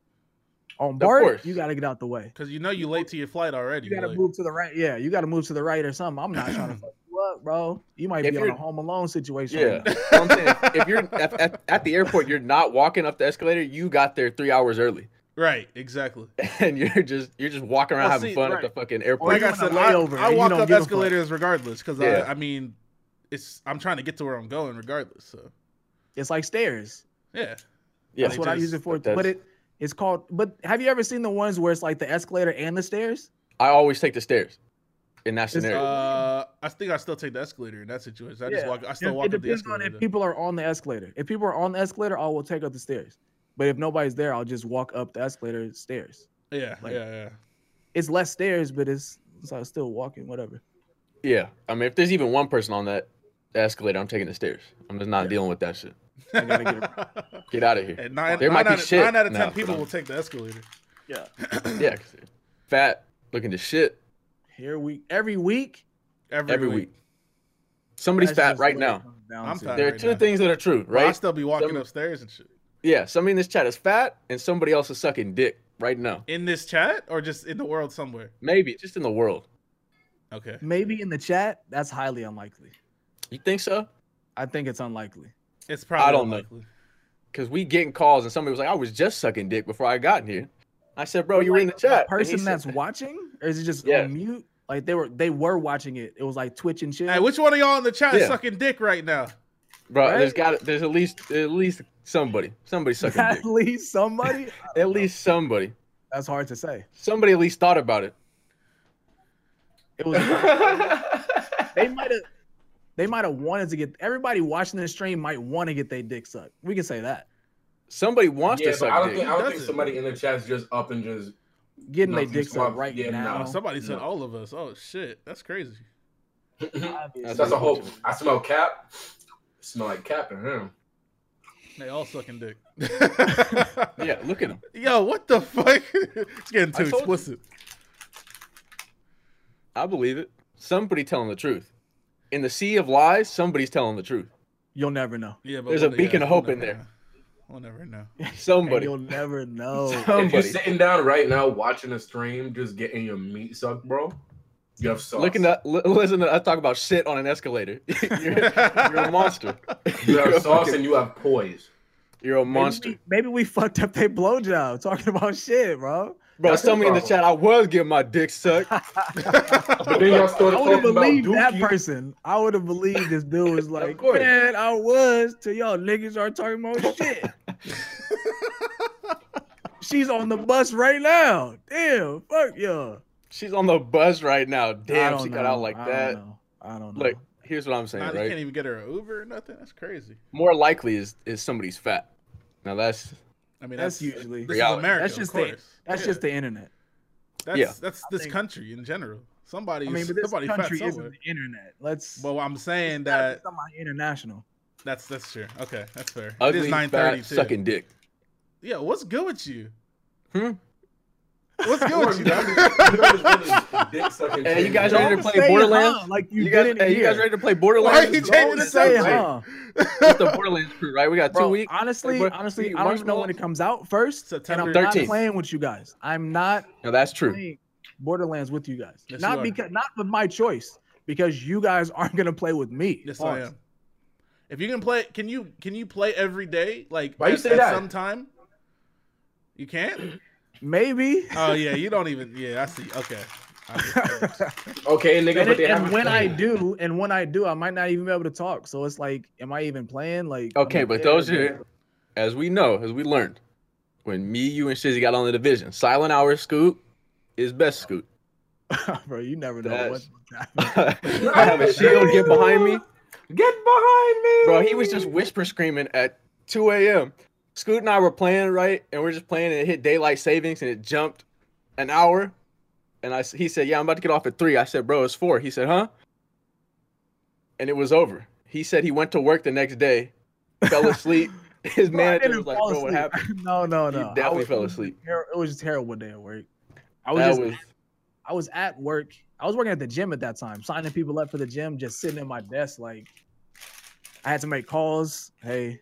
On course. BART, you gotta get out the way. Because you know you late to your flight already. You gotta like- move to the right. Yeah, you gotta move to the right or something. I'm not trying to fuck you up, bro. You might If be on a you're- home alone situation. Yeah. right now. That's what I'm saying. If you're at, at, at the airport, you're not walking up the escalator. You got there three hours early, Right, exactly. and you're just you're just walking around Well, having see, fun right. at the fucking Or airport. Like you I on a said, I, layover I and you walk don't up give a fuck. escalators regardless because Yeah. I, I mean, it's I'm trying to get to where I'm going regardless. So It's like stairs. yeah, yeah, That's what I just- use it for. but that's- But it it's called. But have you ever seen the ones where it's like the escalator and the stairs? I always take the stairs in that It's- scenario. uh, I think I still take the escalator in that situation. I just Yeah. walk. I still It walk up the depends on escalator. if though. people are on the escalator. If people are on the escalator, I will take up the stairs. But if nobody's there, I'll just walk up the escalator stairs. yeah, like- yeah, yeah. It's less stairs, but it's, it's like still walking, whatever. yeah, I mean, if there's even one person on that escalator, I'm taking the stairs. I'm just not dealing with that shit. gotta Get out of here. At nine, There nine might be out of, shit. nine out of Nah, ten but people I'm- will take the escalator. Yeah. Yeah, 'cause they're fat, looking to shit Here we every week. Every, every week. week. Somebody's that's fat just right what it now. comes down I'm to. fat. There are right two now. things that are true, But I right? still be walking Some- upstairs and shit. Yeah, somebody in this chat is fat, and somebody else is sucking dick right now. In this chat or just in the world somewhere. Maybe just in the world. Okay. Maybe in the chat, that's highly unlikely. You think so? I think it's unlikely. It's probably don't know. unlikely. Because we getting calls, and somebody was like, "I was just sucking dick before I got here." I said, "Bro, But, you were in the like, chat." And he person said- that's watching, or is it just Yeah. on mute? Like they were they were watching it. It was like Twitch and shit. Hey, which one of y'all in the chat is Yeah. sucking dick right now? bro. There's right? got there's at least at least somebody somebody sucking at dick. least somebody. At least somebody That's hard to say. somebody at least thought about it. It was they might have they might have wanted to get everybody watching the stream might want to get their dick sucked. We can say that. Somebody wants yeah, to but I suck don't dick. think I don't think Doesn't. somebody in the chat's just up and just. Getting their Nothing's dick sucked up. right Yeah, now. no. Oh, somebody said No. all of us. Oh shit, that's crazy. obviously. That's a whole. I smell cap. Smell like cap in him. They all sucking dick. Yeah, that. Look at him. Yo, what the fuck? it's getting too I told you. explicit. I believe it. Somebody telling the truth. In the sea of lies, somebody's telling the truth. You'll never know. Yeah, but There's a we'll- beacon of we'll hope in never there. know. We'll never know. Somebody. You'll never know. If you're Somebody. sitting down right now watching a stream, just getting your meat sucked, bro. You have sauce. Looking at, li- listen to us talk about shit on an escalator. you're, you're a monster. you You're a have sauce fucking- and you have poise. You're a Maybe monster, we- Maybe we fucked up their blowjob talking about shit, bro. bro. That's the Somebody in the problem. chat, I was getting my dick sucked. But then y'all started I would have talking about believed that Dookie. person. I would have believed this dude was like, course. man, I was till y'all niggas are talking about shit. She's on the bus right now. Damn, fuck y'all. She's on the bus right now. I Damn, she don't got know. out like I that. Don't know. I don't know. Look, here's what I'm saying, Nah, You right? can't even get her an Uber or nothing. That's crazy. More likely is is somebody's fat. Now that's I mean, That's that's, usually- this Reality. is America. That's just of the- course. That's Yeah. just the internet. That's Yeah. that's this think- country in general. Somebody, I is mean, but this somebody country fat isn't somewhere. the internet. Let's. Well, I'm saying it's gotta be that somebody international. that's that's true. Okay, that's fair. it ugly, is 9:30 fat, too. sucking dick. Yeah, what's good with you? Hmm? What's good with you? Y'all just- y'all just really dick sucking Hey, you guys shit. ready Don't to say, play Borderlands? huh, like you, You, guys, didn't hey, you guys hear. ready to play Why he Borderlands? changing Don't the say, subject? huh. It's the Borderlands crew, right? We got two Bro, weeks. Honestly, Hey, bro, honestly, see, I don't even know when Marshmallows- it comes out first. and September I'm not 13th. playing with you guys. I'm not No, that's true. playing Borderlands with you guys. Yes, you not are. because not with my choice, because you guys aren't gonna play with me. Yes, I Pause. am. If you can play, can you can you play every day? Like Why you at, say at that? some time? You can't. Maybe. Oh yeah, you don't even. Yeah, I see. Okay. I- Okay, nigga, and but they and haven't when I played. do, and when I do, I might not even be able to talk. So it's like, am I even playing? Like, I'm Okay, not but there, those are, as we know, as we learned, when me, you, and Shizzy got on the division, silent hour scoop is best scoop. bro. You never know That's- what's happening. I have a shield get behind me. Get behind me, Bro, he was just whisper screaming at 2 a.m. Scoot and I were playing, right? And we are just playing, and it hit daylight savings, and it jumped an hour. And I, s- he said, "Yeah, I'm about to get off at 3. I said, "Bro, it's 4. He said, "Huh?" And it was over. He said he went to work the next day, fell asleep. His Bro, I manager didn't was like, fall "Bro, what asleep. happened?" No, no, no. He I definitely was- fell it was asleep. ter- It was just a terrible day at work. I was That just was I was at work. I was working at the gym at that time, signing people up for the gym, just sitting at my desk. Like, I had to make calls. Hey,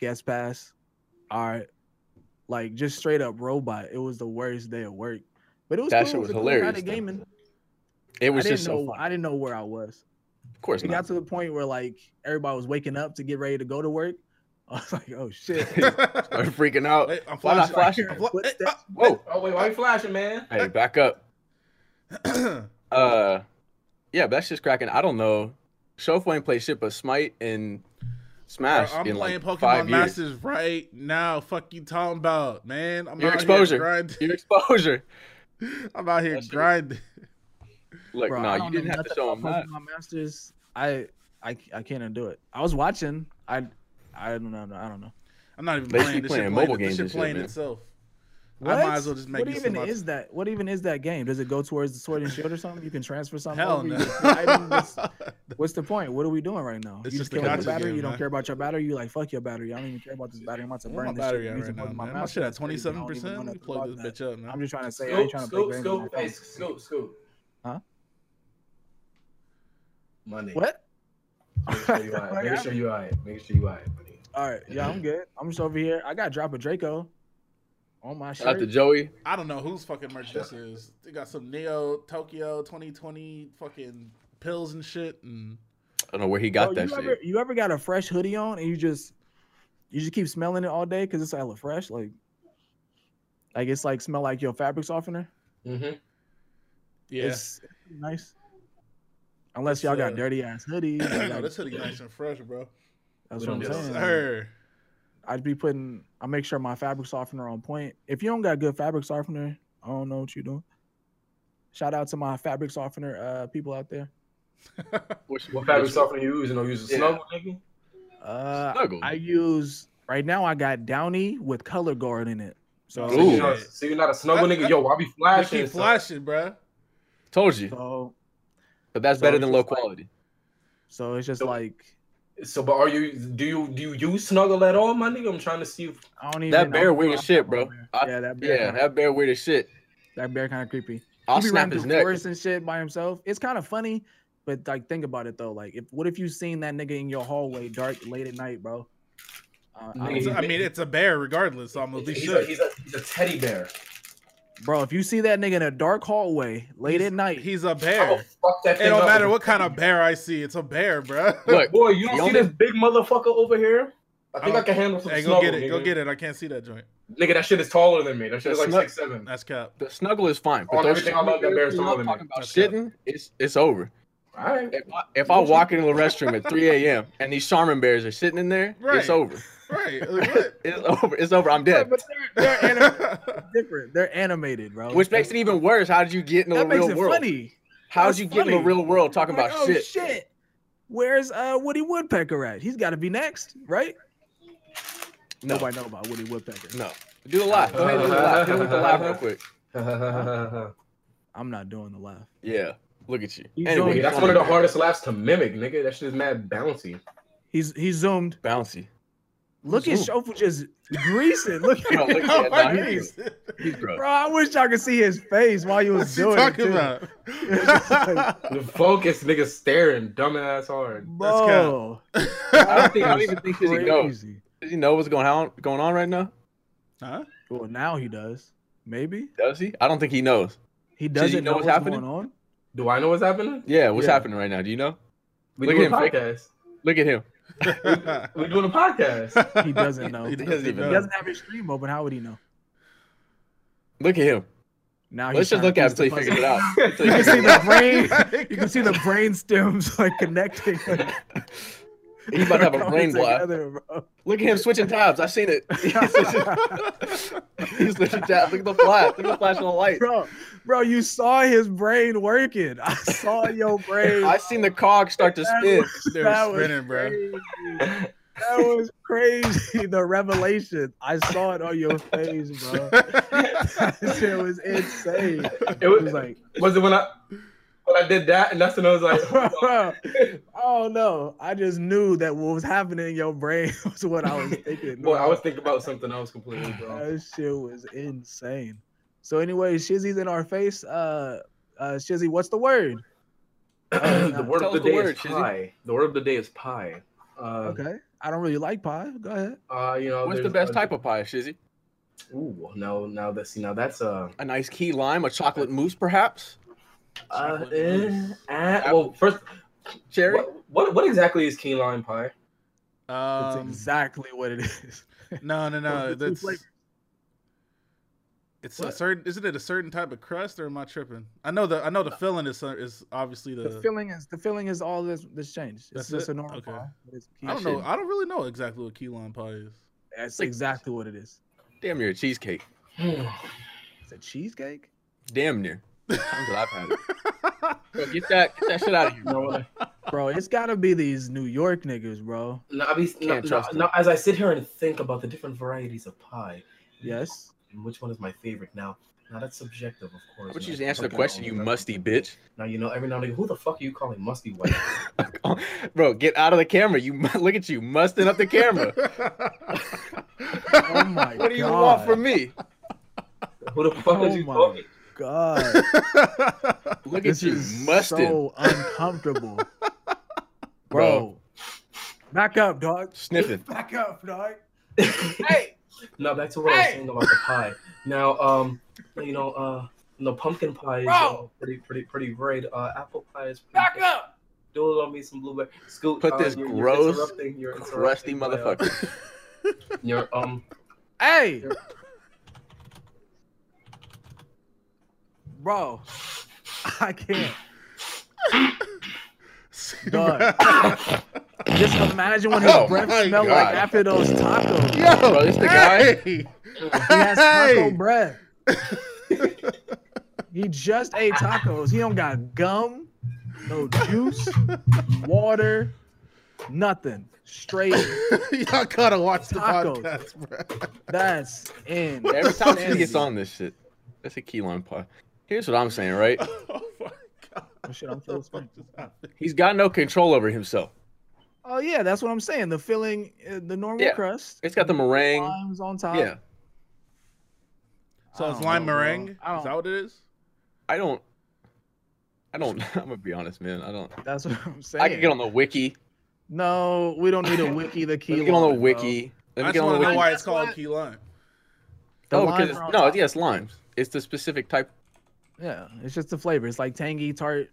guest pass. All right. Like, just straight up robot. It was the worst day at work. But it was, That cool. shit It was a cool hilarious, night of though. gaming. it was I didn't just know. so fun. I didn't know where I was. Of course It got not. to the point where like everybody was waking up to get ready to go to work. I was like, oh shit. I'm freaking out. Wait, I'm Why not flashing. flashing? I'm fla- hey, Footsteps. Whoa. Oh wait, why you flashing, man? Hey, back up. ah. Uh, yeah, but that's just cracking. I don't know. Shofu ain't played shit but Smite and Smash Bro, I'm in playing like Pokemon five years. Masters right now. Fuck you talking about, man. I'm Your out exposure. here grinding. Your exposure. I'm out here That shit- grinding. Look, Bro, I nah, don't you know didn't have to nothing show about him that. Pokemon Masters. I, I, I can't do it. I was watching. I, I don't know. I don't know. I'm not even They should playing be this playing shit. mobile playing, this games and shit shit, playing man. itself. What? I might as well just make what this even about- is that? What even is that game? Does it go towards the sword and shield or something? You can transfer something. Hell over? no. You get the item? what's, what's the point? What are we doing right now? It's you just just a care about the gotcha battery. game, you don't man. care about your battery. You like fuck your battery. I don't even care about this battery. I'm about to Where my burn this battery shit. at Use right it now, for man? my My mouse. shit at That's crazy. I don't even 27%. wanna Let me talk plug about this that. bitch up, man. I'm just trying to say. I ain't Scoop, trying to play scoop, games. on my scoop, phone. hey, scoop, scoop. Huh? Money. What? Make sure you alright. Make sure you alright. Make sure you alright, money. All right. Yeah, I'm good. I'm just over here. I got drop a Draco on my Shout out to shirt. Joey. I don't know whose fucking merch this is. They got some Neo Tokyo 2020 fucking pills and shit. And I don't know where he Bro, got that you shit. ever you ever got a fresh hoodie on and you just you just keep smelling it all day because it's hella fresh? Like like it's like smell like your fabric softener. Mm-hmm. yeah, It's nice. Unless It's, y'all got uh, dirty ass hoodies. y'all no, got- this hoodie nice and fresh, bro. that's we what I'm don't do Yes, saying. sir. I'd be putting I make sure my fabric softener on point. If you don't got good fabric softener, I don't know what you doing. Shout out to my fabric softener uh people out there. Which- What fabric softener you using? Don't use a Yeah. snuggle, nigga. Uh Snuggle. I use right now I got Downy with color guard in it. So Ooh. So you're, not, so you're not a snuggle That- nigga? Yo, why be I flashing? keep and stuff? flashing, bro. Told you. so But that's So better it's than just low like- quality. So it's just So- like So, but are you do you do you use snuggle at all, my nigga? I'm trying to see if I don't even. That I bear don't- weird as shit, bro. I- yeah, that bear. Yeah, kinda, that bear weird as shit. that bear kind of creepy. I'll he be snap running his through neck. forests and shit by himself. It's kind of funny, but like think about it though. Like, if what if you seen that nigga in your hallway, dark, late at night, bro? Uh, I Nigga, don't- It's- I mean, it's a bear, regardless. So I'm gonna be he's, sure. a, he's, a, he's a teddy bear. bro, if you see that nigga in a dark hallway late at night, He's a Oh, I'll bear. fuck that It thing don't up. matter what kind of bear I see. It's a bear, bro. Look, Boy, you The don't see only- this big motherfucker over here? I think Oh. I can handle some Hey, go snuggle. get it. nigga. Go get it. I can't see that joint. Nigga, that shit is taller than me. That shit is That's like not- six seven. That's cap. the snuggle is fine, On but those everything I love, that bear's you know, taller than talking about That's good. shitting, it's it's over. All right. If I, if I walk into the restroom at 3 a.m. and these Charmin bears are sitting in there, Right. it's over. Right. Like, what? It's over. It's over. I'm dead. but they're, they're animated, different. They're animated, bro. Which makes it even worse. How did you get in the that makes real it world? funny. How That's did you get in the funny. real world talking Like, about oh, shit? shit. Where's uh Woody Woodpecker at? He's got to be next, right? No. Nobody know about Woody Woodpecker. No. Do the laugh. Go ahead and do the laugh. Hit it with the laugh real quick. Nigga, I'm not doing the laugh. Yeah. Look at you. He's Anyway, doing- that's one of the hardest laughs to mimic, nigga. That shit is mad bouncy. He's he's zoomed. bouncy. Look at Zoom. Shofu just greasing. Look at No, look Oh, at my that. Nah, he's knees. He's gross. Bro, I wish y'all could see his face while you What's was he doing it. talking too. about? The focus, nigga, staring dumbass hard. Bro, I don't, think, I don't even think Fizzy knows. crazy. Does he know what's going on going on right now? Huh? Well, now he does. Maybe Does he? I don't think he knows. he doesn't know know what's what's, happening? going on. Do I know what's happening? Yeah, what's Yeah. happening right now? Do you know? We Look doing a at him, Frank. podcast. Look at him. We doing a podcast. He doesn't know. He he, doesn't even even know. know. doesn't have his stream open. How would he know? Look at him. Now Let's he's just trying to look at him piece the until he figures it puzzle. out. Until he You can figures see it out. the brain. You can see the brain stems like connecting. He's about to have a brain blast. together, bro. Look at him switching tabs. I've seen it. He's switching, he's switching tabs. Look at the flash. Look at the flash on the light. bro, bro, you saw his brain working. I saw your brain. I seen the cog start to That spin. was- They that were was spinning, bro. crazy. That was crazy. The revelation. I saw it on your face, bro. That shit was insane. It It was was, like, was it when I when I did that and that's when I was like, bro, oh no. I just knew that what was happening in your brain was what I was thinking. boy, I bro. was thinking about something else completely, bro. That shit was insane. So anyway, Shizzy's in our face. Uh, uh, Shizzy, what's the word? Oh, the no. word Tell of the us the day word, is Shizzy. pie. The word of the day is pie. Uh, Okay, I don't really like pie. Go ahead. uh, you know, What's the there's best a- type of pie, Shizzy? Ooh, no, now that's see, now that's uh, A nice key lime, a chocolate mousse, perhaps? uh, Chocolate eh, mousse. eh, well, first, Cherry? what, what what exactly is key lime pie? That's Um, exactly what it is. no, no, no. Those are two That's flavors. it's a certain. Isn't it a certain type of crust, or am I tripping? I know the I know the filling is uh, is obviously the. the filling is the filling is all this this changed. It's That's just it? a normal Okay. pie. but it's I don't quiche. know. I don't really know exactly what key lime pie is. That's Like- exactly what it is. Damn near a cheesecake. Hmm. It's a cheesecake. Damn near. Times that I've had it. Bro, get that, get that shit out of here. No, I- Bro, it's gotta be these New York niggas, bro. no, I mean, no, Can't no, trust no, as I sit here and think about the different varieties of pie, Yes. and which one is my favorite now? Now that's subjective, of course. How about and you just I- answer the okay, question, I'll you never- musty bitch? Now you know every now and again, who the fuck are you calling musty white? Bro, get out of the camera. You mu- Look at you, musting up the camera. Oh my god. What do you want from me? who the fuck is Oh you my talking? God. Look This at you, is musting. so uncomfortable. Bro. Back up, dog. Sniffing. Back up, dog. hey. No, back to what I was saying about the pie. Now, um, you know, uh, you know, pumpkin pie is uh, Bro. pretty, pretty, pretty great. Uh, apple pie is pretty. Back good. up. Do it on me some blueberry. Scoot. Put uh, this you're, gross, you're interrupting, you're Crusty interrupting my, uh, motherfucker. Your um, Hey. Bro. I can't. Dog. Just imagine when his Oh breath my smelled like God. after those tacos. Yo, Bro, this the guy? Hey! He has taco Hey! breath. he just ate tacos. He don't got gum, no juice, water, nothing. Straight. Y'all gotta watch the Tacos. podcast, bro. That's in. What Every the time fuck he is gets he? on this shit, that's a key lime pie. Here's what I'm saying, right? Oh my god! Oh, shit, I'm What the full fuck screen. just happened? He's got no control over himself. Oh yeah, that's what I'm saying. The filling, uh, the normal Yeah. crust. It's got the meringue. limes on top. Yeah, So I it's don't lime know, bro. meringue. I Is that don't- what it is? I don't. I don't. I'm gonna be honest, man. I don't. That's what I'm saying. I could get on the wiki. No, we don't need a wiki. The key. Let me get on lime, the bro. wiki. Let me I just get on want the to know wiki. why That's it's called why- key lime. The oh, limes because it's, are on no, top. yes, limes. It's the specific type. Yeah, it's just the flavor. It's like tangy tart,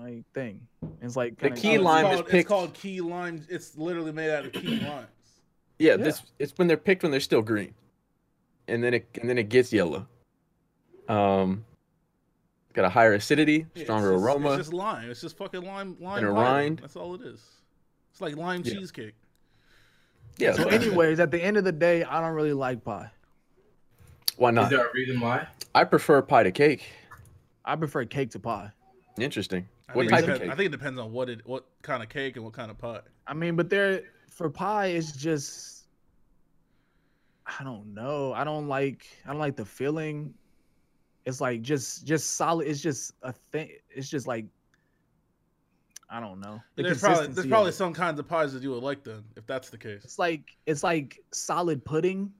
like thing. It's like The kinda- key it's lime is called, picked- It's called key lime. It's literally made out of key limes. Yeah, Yeah. this it's when they're picked when they're still green, and then it and then it gets yellow. Um, got a higher acidity, Yeah, it's stronger just- aroma. It's just lime. It's just fucking lime. Lime. a powder. rind. That's all it is. It's like lime Yeah. cheesecake. yeah. So, but- anyways, at the end of the day, I don't really like pie. why Is not? there a reason why? I prefer pie to cake. I prefer cake to pie. Interesting. I What think it type of depends- cake? I think it depends on what it, what kind of cake and what kind of pie. I mean, but there for pie, it's just I don't know. I don't like I don't like the feeling. It's like just just solid. It's just a thing. It's just like I don't know. The there's probably consistency there's of probably it. some kinds of pies that you would like then, if that's the case. It's like it's like solid pudding,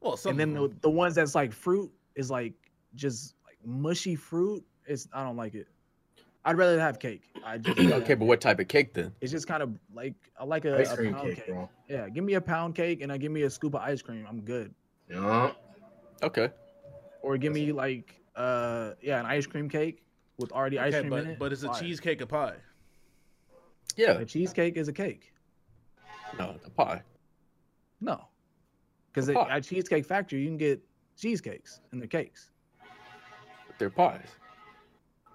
Well, some and then the, the ones that's like fruit is like just like mushy fruit. It's I don't like it. I'd rather have cake. I just okay, but what type of cake then? It's just kind of like I like a, Ice a cream pound cake, cake. bro. Yeah, give me a pound cake and I give me a scoop of ice cream. I'm good. Yeah. Okay. Or give me like uh yeah, an ice cream cake with already ice okay, cream in but, it. but it's a Fire. cheesecake a pie. Yeah. A cheesecake is a cake. No, the pie. No. Cuz A at pie. at Cheesecake Factory you can get cheesecakes and they're cakes. They're pies.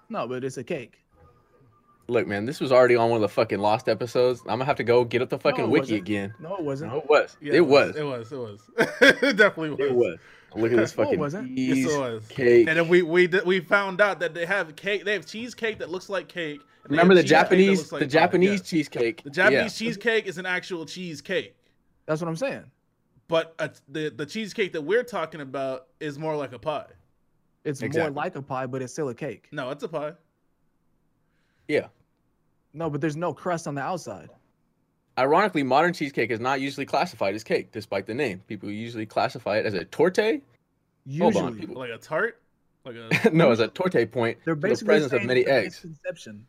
No, but it's a cake. Look, man, this was already on one of the fucking lost episodes. I'm gonna have to go get up the fucking it wiki wasn't. again. No, it wasn't. No, it was. Yeah, it was. It was. It was. it definitely was. It was. Look at this No, it fucking wasn't. Yes, cheese it was. cake. And then we we did, we found out that they have cake. They have cheesecake that looks like cake. and they Remember the have cheesecake that Japanese, looks like the pie. Japanese Yeah. cheesecake. The Japanese cheesecake is an actual cheesecake, That's what I'm saying. but uh the the cheesecake that we're talking about is more like a pie. It's Exactly. more like a pie, but it's still a cake. No, it's a pie. No, but there's no crust on the outside. Yeah. Ironically, modern cheesecake is not usually classified as cake, despite the name. People usually classify it as a torte. Hold on, Usually, people. Like a tart. Like a no, as a torte point. they're for the basically presence of saying many it's a eggs. misconception.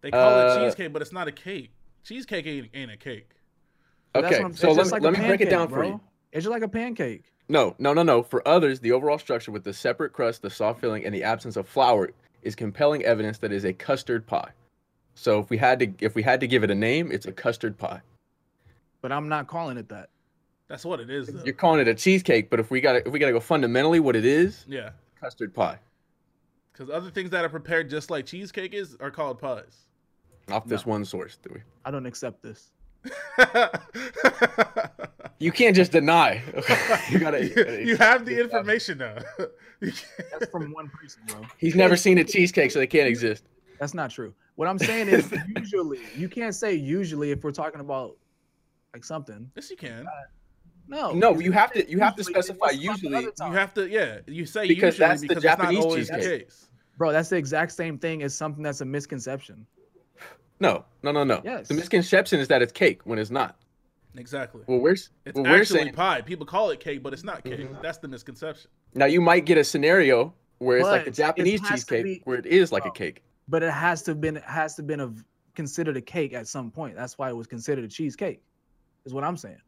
they call it Uh, cheesecake, but it's not a cake. Cheesecake ain't, ain't a cake. That's Okay, what I'm- so let it's me, just like a let me break it pancake, down for bro. you. It's just like a pancake. No, no, no, no. For others, the overall structure with the separate crust, the soft filling, and the absence of flour is compelling evidence that it is a custard pie. So if we had to if we had to give it a name, it's a custard pie. but I'm not calling it that. That's what it is. Though. You're calling it a cheesecake, but if we got to if we got to go fundamentally what it is, Yeah, custard pie. because other things that are prepared just like cheesecake is are called pies. Off this one source. that we- I don't accept this. You can't just deny. you gotta. you you, gotta- you have the information now. You can't- That's from one person, bro. He's never seen a cheesecake, so they can't exist. That's not true. What I'm saying is usually you can't say usually if we're talking about like something. yes, you can. No. No, because you have to. You have to usually is specify. something Usually, other time. You have to. Yeah, you say Because usually that's the because it's Japanese not always cheesecake. the case. bro, that's the exact same thing as something that's a misconception. no, no, no, no. Yes. The misconception is that it's cake when it's not. Exactly. Well, we're s- It's well, we're actually saying Mm-hmm. pie. People call it cake, but it's not cake. That's the misconception. Now you might get a scenario where it's like But a it Japanese has to cheesecake be- where it is like a Oh. cake. But it has to have been it has to have been a considered a cake at some point. That's why it was considered a cheesecake. Is what I'm saying.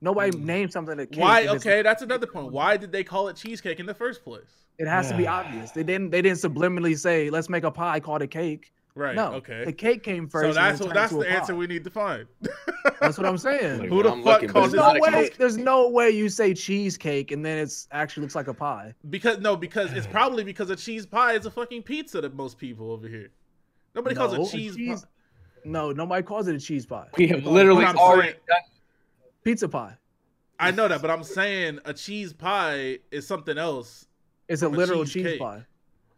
Nobody Mm. named something a cake. Why? if it's- Okay, that's another point. Why did they call it cheesecake in the first place? It has to be obvious. They didn't they didn't subliminally say, let's make a pie called a cake. Right. no. okay. The cake came first. So and that's then what, turned that's to a the answer pie. we need to find. That's what I'm saying. Who the I'm fuck looking, but calls it's this There's no not a way. cake. There's no way you say cheesecake and then it's actually looks like a pie. Because no, because it's probably because a cheese pie is a fucking pizza to most people over here. Nobody calls No, it cheese. pie. No, nobody calls it a cheese pie. We have literally I'm already saying- done. Pizza pie. I know that, but I'm saying a cheese pie is something else. It's a Or literal cheese cheesecake. pie.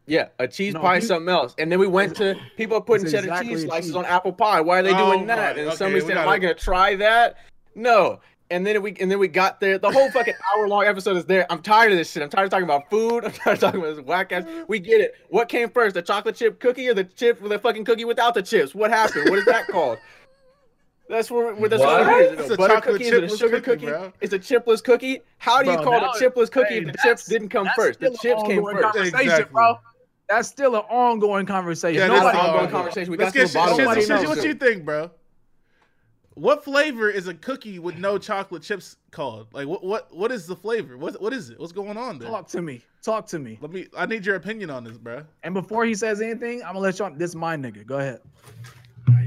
Yeah, a cheese No, pie is you- something else. And then we went to people putting it's cheddar exactly cheese a slices cheese- on apple pie. Why are they Oh doing my- that? And okay, somebody we said, "Am gotta- I gonna try that?" No. And then we and then we got there. The whole fucking hour long episode is there. I'm tired of this shit. I'm tired of talking about food. I'm tired of talking about this whack ass. We get it. What came first, the chocolate chip cookie or the chip the fucking cookie without the chips? What happened? What is that called? That's where where- that's What? what it is. you know, It's a butter chocolate cookie, is it a chipless sugar cookie, cookie, bro. It's a chipless cookie. How do you Bro, call it now- a chipless cookie hey, if the that's- chips didn't come that's first? The still an chips came ongoing first. Conversation, Exactly. bro. That's still an ongoing conversation. Yeah, that's That's Nobody, an all- ongoing Nobody- conversation. We Let's got get to the shit, bottom of shit, it. shit, What you think, bro? What flavor is a cookie with no chocolate chips called? Like, what what what is the flavor? What what is it? What's going on there? talk to me. Talk to me. Let me. I need your opinion on this, bro. And before he says anything, I'm gonna let y'all. This my nigga. Go ahead.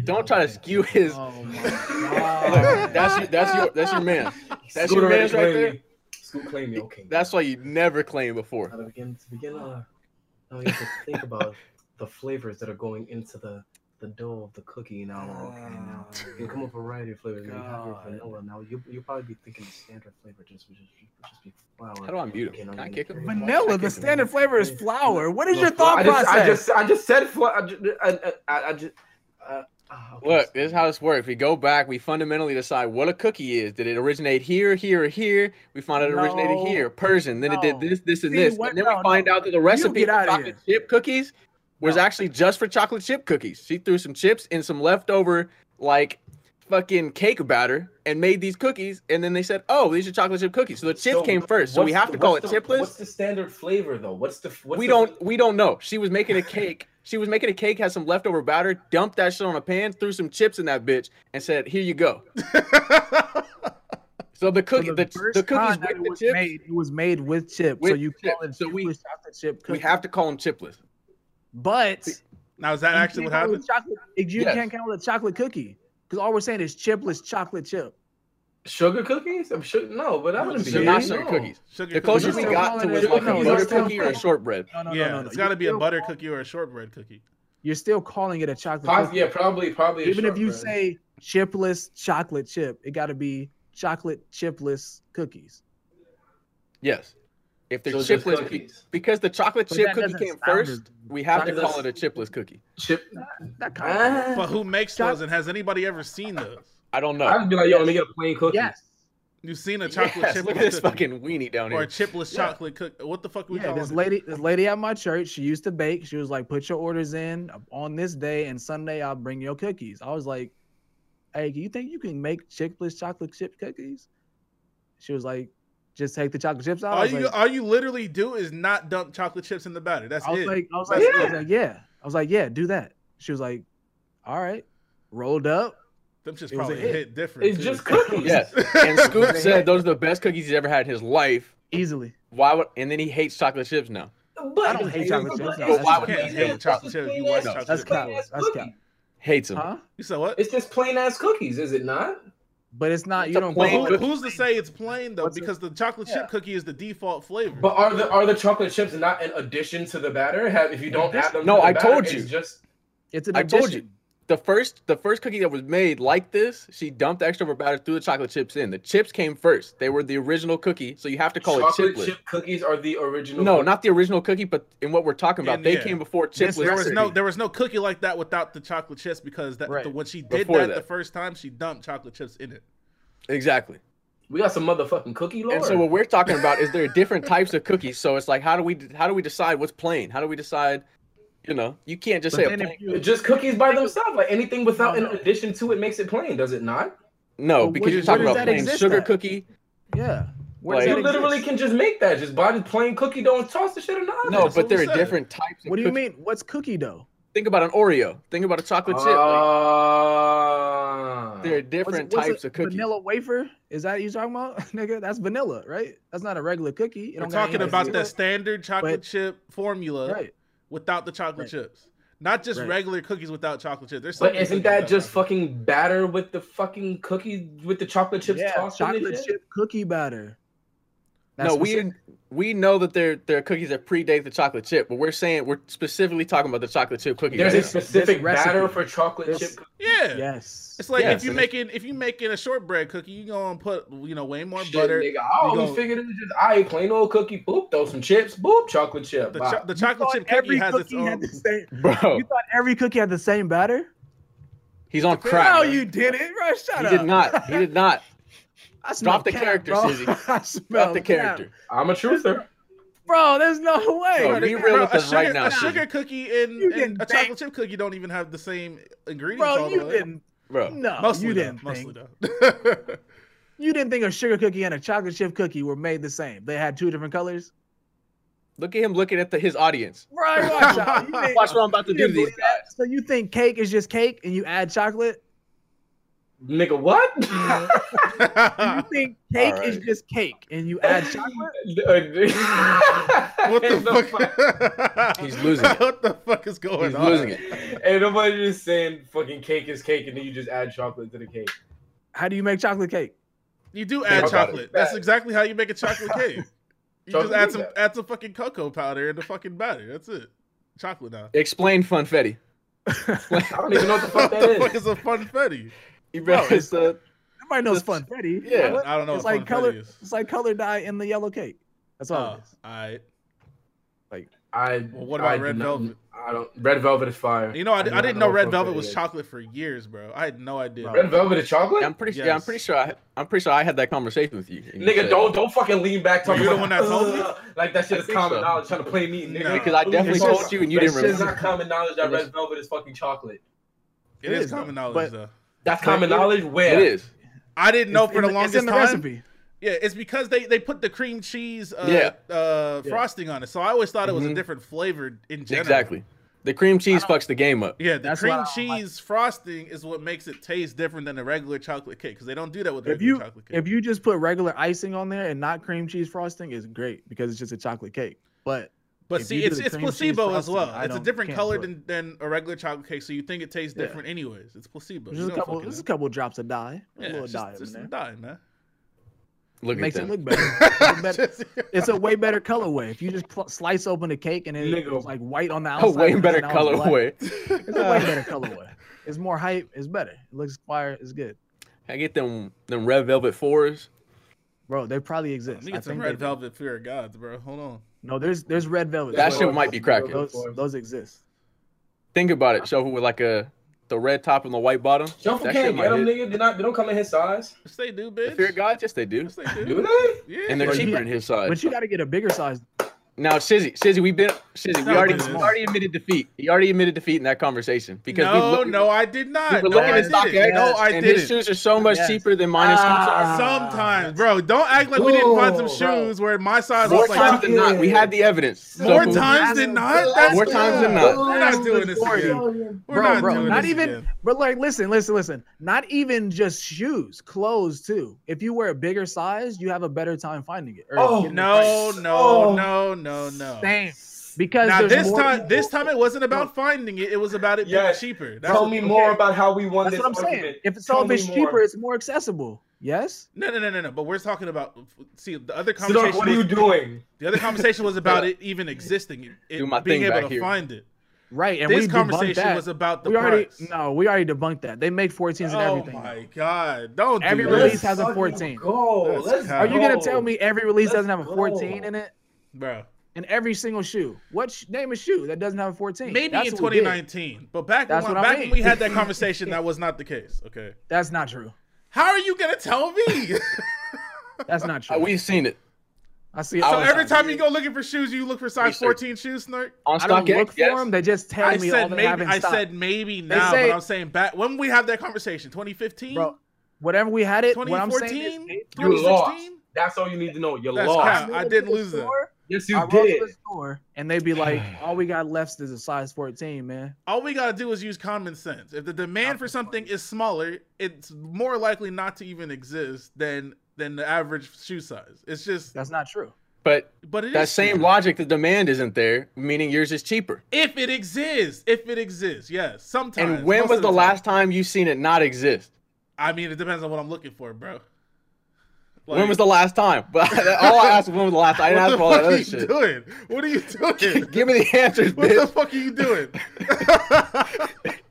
Don't try to skew his. Oh my Look, god. that's your, that's your that's your man. That's Scoot your already man's right claimed there. me. Scoot claimed me. Okay. That's why you never claim before. Now to begin to begin uh now you have to think about the flavors that are going into the the dough of the cookie now. Okay, now you come up with a variety of flavors. Now you have your God. vanilla. Now you you'll probably be thinking the standard flavor just which is which just be flour. How do I mute Okay, him? now Can I you kick him? Vanilla. The standard flavor is flour. What is your Look, thought I just, process? I just, I just said. Fl- I, ju- I, I, I just. Ah, okay, Look, so- this is how this works. We go back. We fundamentally decide what a cookie is. Did it originate here, here, or here? We find out it originated No. here, Persian. Then it No. did this, this, and See, this. what- And then no, we find no. out that the recipe get for outta chocolate chip cookies was No. actually just for chocolate chip cookies. She threw some chips and some leftover like fucking cake batter and made these cookies. And then they said, "Oh, these are chocolate chip cookies." So the chips So came first. So we what's have the- to call it what's the- chipless. What's the standard flavor though? What's the? What's we the- don't we don't know. She was making a cake. She was making a cake, had some leftover batter, dumped that shit on a pan, threw some chips in that bitch, and said, "Here you go." So the cookie, So the, the, first cookies time that it with the was chips, made, it was made with chip. so With you chip. call it So we- chipless chocolate chip we cookie. have to call them chipless. but Now is that you actually can't what call it happened? Chocolate, if you Yes. can't count it a chocolate cookie because all we're saying is chipless chocolate chip. sugar cookies. I'm sure. No, but that wouldn't be. They're it. not No. sugar cookies. Sugar The cookie. closest we You're got to calling was it- like a no, butter you're still cookie or a calling it- shortbread. No, no, yeah, no, no, no. it's got to You're be a still butter calling- cookie or a shortbread cookie. You're still calling it a chocolate Poss- cookie. yeah, probably, probably. a Even if you shortbread. say chipless chocolate chip, it got to be chocolate chipless cookies. Yes, if they're So just chipless, be- cookies. because the chocolate But chip that cookie doesn't came sound first, as- we have to that call it a doesn't- chipless cookie. chip. That kind of. Ah. But who makes Choc- those? And has anybody ever seen those? I don't know. I'd be like, yo, let me get a plain cookie. Yes. You've seen a chocolate Yes, chip look at this fucking weenie down or a here. chipless Yeah. chocolate cook. What the fuck we Yeah, calling this it? lady, this lady at my church, she used to bake. She was like, "Put your orders in on this day, and Sunday I'll bring your cookies." I was like, "Hey, do you think you can make chipless chocolate chip cookies?" She was like, "Just take the chocolate chips out." I All was you like, all you literally do is not dump chocolate chips in the batter. That's I was it. like, I was like, I was like, yeah, I was like, yeah, do that. She was like, "All right," rolled up. Them just it was a probably hit. hit. different. It's too. just cookies. Yes, and Scoop said those are the best cookies he's ever had in his life. Easily. Why would? And then he hates chocolate chips now. But I don't hate chocolate chips, no, But why you would can't he hate chocolate chips. if You want No, chocolate That's chips. cow. That's cow. Hates him. Huh? You said what? It's just plain ass cookies, is it not? But it's not. It's You a don't. But plain Call who, it, cookie. who's to say it's plain though? What's it- Because the chocolate Yeah. chip cookie is the default flavor. But are the are the chocolate chips not in addition to the batter? Have if you don't add them? No, to the I batter, told it's you. Just it's an I told addition. the first the first cookie that was made like this, she dumped the extra over batter, threw the chocolate chips in. The chips came first. They were the original cookie, so you have to call it chocolate chipless. chip cookies are the original. No, cookies. not the original cookie, but in what we're talking about, In- they yeah. came before This- chipless. there was cookie. no there was no cookie like that without the chocolate chips because that Right. the, when she did Before that, that. the first time she dumped chocolate chips in it. exactly. we got some motherfucking cookie lord. And so what we're talking about is there are different types of cookies. So it's like how do we how do we decide what's plain? How do we decide? You know, you can't just But say a then plain. if you, just cookies by themselves, like anything without No, an no. addition to it makes it plain, does it not? no, But because where- you're talking where does about that plain exist sugar at? cookie. yeah. Where Like- does You that It literally exist? can just make that. Just buy the plain cookie dough and toss the shit in the oven. No, That's but what we there are said. different types. Of What do you cookies. mean? What's cookie dough? Think about an Oreo. Think about a chocolate chip. Uh, Like, Ah. there are What's it- different what's types it, of cookies. Vanilla wafer? Is that you talking about, nigga? That's vanilla, right? That's not a regular cookie. It We're don't got talking anything to about do the with standard chocolate But- chip it. formula Right. without the chocolate Right. chips. Not just Right. regular cookies without chocolate chips. There's so But many isn't cookies that without just chocolate fucking batter with the fucking cookie with the chocolate chips yeah, tossed in chocolate it? chip cookie batter. no, we we know that there there are cookies that predate the chocolate chip, but we're saying we're specifically talking about the chocolate chip cookie. There's right a now. specific This recipe. batter for chocolate This- chip. cookies. Yeah. yes. It's like Yes, if you and making if you making a shortbread cookie, you gonna put you know way more Shit, butter. nigga, I always go- figured it was just I ate plain old cookie, boop, throw some chips, boop, chocolate chip. The, Wow. cho- the chocolate thought chip cookie every has its cookie had own. the same- bro. You thought every cookie had the same batter? He's on Depends crack. on bro. you didn't, bro. Shut He did not. He did not. I smell Drop the cap, character, bro. Sizzy. I smell Drop the cap. character. I'm a truther. bro. There's no way. Bro, be real with a us right sugar- now, A Susan. sugar cookie and, You and getting a chocolate chip cookie don't even have the same ingredients. Bro, all the you way. didn't. bro. No, Mostly you though, didn't mostly think. though. You didn't think a sugar cookie and a chocolate chip cookie were made the same. They had two different colors. Look at him looking at the, his audience. Right, watch out. You think- Watch what I'm about to you do to didn't these believe that? So you think cake is just cake and you add chocolate? Nigga, what? You think cake is Alright. just cake and you add chocolate? uh, what what the fuck? He's losing it. What the fuck is going He's on? losing it. Ain't nobody just saying fucking cake is cake and then you just add chocolate to the cake. How do you make chocolate cake? You do Think add about chocolate. it. That's exactly how you make a chocolate cake. You just Chocolate add is some that. add some fucking cocoa powder in the fucking batter. That's it. Chocolate now. Explain funfetti. I don't even know what the fuck the that fuck is. is a funfetti? You Bro, bro, it's uh, Everybody knows That's- funfetti. yeah. What? I don't know It's what like funfetti color- is. It's like color dye in the yellow cake. That's Oh, all. all it is. right. I, Well, what about I red do not- velvet? I don't. Red velvet is fire. You know, I, do I, not didn't know red what velvet funfetti was is. chocolate for years, bro. I had no idea. Red velvet is chocolate. Yeah, I'm pretty. Yeah, I'm Yes. pretty sure. I, I'm pretty sure I had that conversation with you. And you Nigga, said- don't don't fucking lean back. Were talking you the about, one that told me? "Ugh," Like that I shit is think common so. knowledge. Trying to play me, nigga. No. Because I definitely It's just- told you and you that didn't shit's remember. not common knowledge that It is. red velvet is fucking chocolate. it It is is, common though, knowledge but- though. That's common knowledge. Where It is. I didn't know It's for in the it's longest in the time. recipe. Yeah, it's because they they put the cream cheese uh, Yeah. uh Yeah. frosting on it. So I always thought it was a Mhm. different flavor in general. Exactly. The cream cheese fucks the game up. Yeah, the That's cream what I don't like. cheese frosting is what makes it taste different than a regular chocolate cake because they don't do that with If regular you- chocolate cake. If you just put regular icing on there and not cream cheese frosting, it's great because it's just a chocolate cake. But but if see, you do it's the it's cream cheese placebo as frosting, well. I It's a don't- different can't color do than, than a regular chocolate cake, so you think it tastes Yeah. different anyways. It's placebo. there's You a don't couple, fucking there's a know. couple drops of dye, a yeah, little it's dye just, in just there. some dye, man. Look Makes at them. it look better. It's a better- Just- it's a way better colorway. If you just pl- slice open the cake and it's Nigga. like white on the outside, A way and better then now it's black. colorway. It's a way better colorway. It's more hype. It's better. It looks fire. It's good, I get them them red velvet fours. bro. They probably exist. Let me I get some think red they- velvet fear of gods, bro. Hold on. No, there's there's red velvet. That Those- shit might be cracking. Those those exist. Think about it, shovel with like a the red top and the white bottom. Shuffle That can't shit get might them, hit. nigga. They not. They don't come in his size. Yes, they do, The fear of bitch. God, yes they do. Yes, they Do do. they? Yeah. And they're Well, cheaper yeah. in his size. But you got to get a bigger size. Now, Shizzy, Shizzy, we've been Shizzy. We No, already this is- he already admitted defeat. He already admitted defeat in that conversation because we no, looked- no, I did not. were no, looking I at didn't. StockX, no, I and didn't. his shoes are so much Yes. cheaper than mine. and Scoot's are. Ah, Sometimes, bro, don't act like we didn't find some Whoa, bro. shoes where my Ah, size More was times like than not, we had the evidence. So- more times than not. That's More times than not. We're not doing this again. We're Bro, not bro, doing not this even- Oh again. But like, listen, listen, listen. Not even just shoes, clothes too. If you wear a bigger size, you have a better time finding it. or Oh, getting it right. No, no, Oh. no, no, no. Same. Because Now there's this more time, people- this time it wasn't about finding it. It was about it being Yes. cheaper. That's Tell me more about how we won That's this what I'm saying. argument. If it's Tell all if me it's more. cheaper, it's more accessible. Yes. no, no, no, no, no. But we're talking about. See, the other Sidorf, conversation. what are you was, doing? the other conversation was about it even existing, it- it Do my being thing able back to here. find it. Right. And this we debunked conversation that. was about the we already price. no, we already debunked that. They make 14s and oh everything. my god! Don't Every do release this, has a fucking 14. Go. That's Let's Are you gonna go. tell me every release Let's doesn't have a 14 go. in it? bro. In every single shoe, what sh- name a shoe that doesn't have a 14? Maybe That's in what we did. 2019, but back That's when, what I back mean. when we had that conversation, that was not the case. Okay, That's not true. how are you gonna tell me? That's not true. Uh, We've seen it I see. it so all the every time. time you go looking for shoes, you look for size Research. 14 shoes, Snark. on I don't look StockX. for Yes. them. They just tell I me all said they maybe. have in I stock. said maybe now, say- but I'm saying back when we have that conversation, 2015, bro. Whatever we had it. What I'm saying is, 2014, You lost. 2016. That's all you need to know. You That's lost. cap. I didn't lose that. Store, Yes, I you rolled did. to the store, and they'd be like, "All we got left is a size 14, man." All we gotta do is use common sense. If the demand for something is smaller, it's more likely not to even exist than than the average shoe size. It's just, That's not true. But but it is that same true. logic, the demand isn't there, meaning yours is cheaper. If it exists, if it exists, yes. Sometimes. And when most was of the time. last time you seen it not exist? I mean, it depends on what I'm looking for, bro. When was the last time? But all I asked was when was the last. time. I didn't What ask the for all that other shit. fuck are you doing? What are you doing? Give me the answers, what the bitch. fuck are you doing?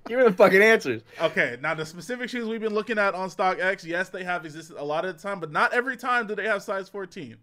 Give me the fucking answers. okay, now the specific shoes we've been looking at on StockX, yes, they have existed a lot of the time, but not every time do they have size 14.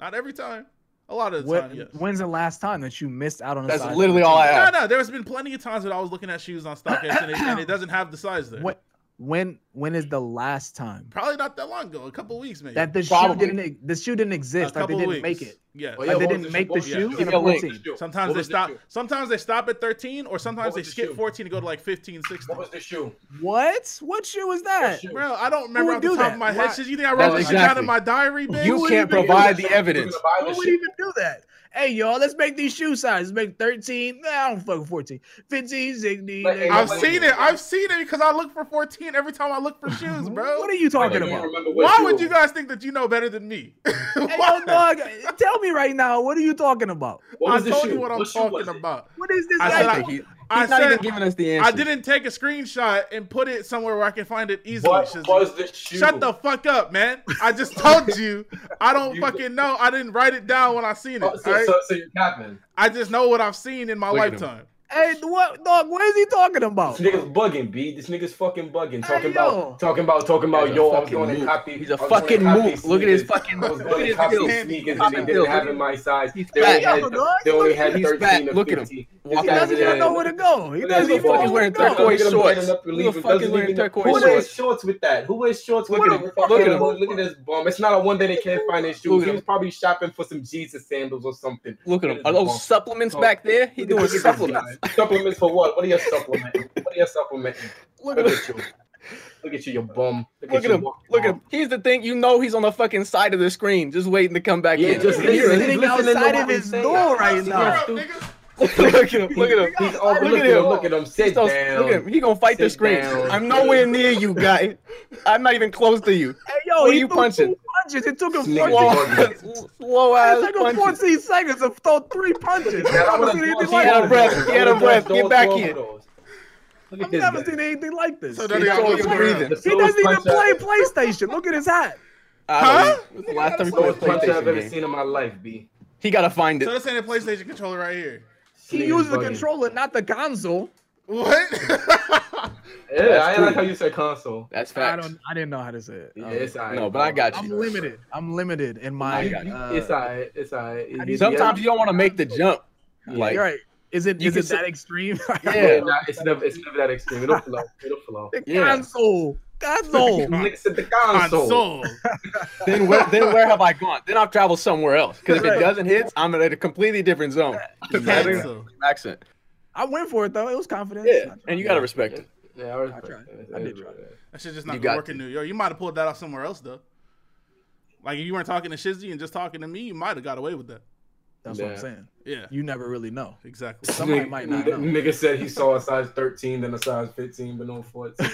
Not every time. A lot of the What, time, yes. When's the last time that you missed out on? a That's size literally 14? all I no, asked. no, there's been plenty of times that I was looking at shoes on StockX and it, and it doesn't have the size there. What? when when is the last time Probably not that long ago, a couple weeks maybe. that the shoe Probably. didn't e- the shoe didn't a exist? Like they couple didn't weeks. make it. Yes. Oh, Like, they what was didn't the make shoe? the What- yeah, shoe what in was a the link? 14. shoe? Sometimes What they was the stop. shoe? Sometimes they stop at 13, or sometimes What they was the skip shoe? 14 and go to like 15, 16. What was the shoe? What? What shoe was that? shoe? Bro, I don't remember would off the do top that? of my head. Why- Shit, you think I That's wrote this shit down exactly- in my diary, bitch? You Who can't even provide the Who was gonna evidence. buy Who this would shit? even do that? Hey, y'all, let's make these shoe sizes. Make 13. Nah, I don't fucking 14. 15, 16. But, hey, I've Nobody seen knows. it. I've seen it because I look for 14 every time I look for shoes, bro. What are you talking I don't about? remember what Why shoe. would you guys think that you know better than me? Hey, Why? yo, dog, tell me right now, what are you talking about? What I was the told shoe? you what I'm shoe was talking it? about. What is this? I I said guy- think he, he's I not even said giving us the answer. I didn't take a screenshot and put it somewhere where I can find it easily. What Shizzy. was the shoe? Shut the fuck up, man. I just told you. I don't You- fucking know. I didn't write it down when I seen it. Oh, so, alright? so, so you're capping. I just know what I've seen in my Look at him. lifetime. Hey, what, dog, what is he talking about? This nigga's bugging, B. This nigga's fucking bugging. Hey, Talking yo. about, talking about, talking about, He's a yo, I'm fucking going to mook. copy. He's a I was gonna fucking copy mook. Look at his sneakers. fucking. I was Look going at to his copy heels. sneakers Look and at they his didn't heels. have in my size. He's They only fat. had, Yo, dog, they only look had at him. He's 13 fat. or Look at him. 15. Walk He out doesn't of there. even know where to go. He Look at doesn't him. even know He's where to wearing Doesn't go. turquoise even shorts. button up your Who the leave and fuck is doesn't wearing even- turquoise Who wears shorts? shorts with that? Who wears shorts with Look at that? him. Fucking Look at him. Look at this bum. It's not a one that he can't find his Look shoes. at He him. was probably shopping for some Jesus sandals or something. Look at Look him. at Are Oh, this those bum. supplements back there? He Look doing at this supplements. guy. Supplements for what? What are your supplements? What are your supplements? Look at Look him. at you. Look at you, you bum. Look at you him. walking Look at around. him. He's the thing. You know he's on the fucking side of the screen, just waiting to come back Yeah, in. just You can hear listen. him. Sitting He's listening to outside what of we his saying. door right He's now. out. Girl, nigga, Look at him. Look at him. He's over. Look Look at at him. him. Look at him. Sit He's so- down. Look at him. He gonna fight the Sit screen. down. I'm nowhere near you, guy. I'm not even close to you. Hey, yo, What are he you threw punching? two punches. It took him Sneak four it. Slow, slow It ass took him punches. 14 seconds to throw three punches. Man, I I've never would've seen done- anything He had like a this. breath. He had a I would've breath. done Get back twelve here. of those. Look at I've this never guy. seen anything like this. So He that nigga Slow was his wearing- breathing. The slowest doesn't even punch play I- PlayStation. Look at his hat. I don't Huh? know. It's the last time he played a Slowest punch I've ever PlayStation game. seen in my life, B. He gotta find So it. this ain't a PlayStation controller right here. He Nigga's used the bugging. controller, not the console. What? Yeah, That's I like true. how you said console. That's I facts. don't. I didn't know how to say it. Yeah, Um, it's alright. No, but I got you. I'm limited. I'm limited Oh in my. got you. uh, It's alright. It's alright. How do you- Sometimes you don't want to make the jump. Like you're right. Is it? You Is can it say- that extreme? Yeah. Nah, it's never. It's never that extreme. It'll flow. It'll flow. the Yeah. console. Console. Con- Niggas at the On console. soul. then where then where have I gone? Then I've traveled somewhere else. Because if Right. it doesn't hit, I'm in a completely different zone. Cancel. Accent. I went for it though. It was confidence. Yeah. I tried. And you gotta respect it. Yeah, I, respect tried. it. I did try. That shit just You not got gonna work in New York. You might have pulled that off somewhere else though. Like if you weren't talking to Shizzy and just talking to me, you might have got away with that. That's what I'm Yeah. saying. Yeah, You never really know. exactly. Somebody might not Nigga- know. Nigga said he saw a size 13, then a size 15, but no 14.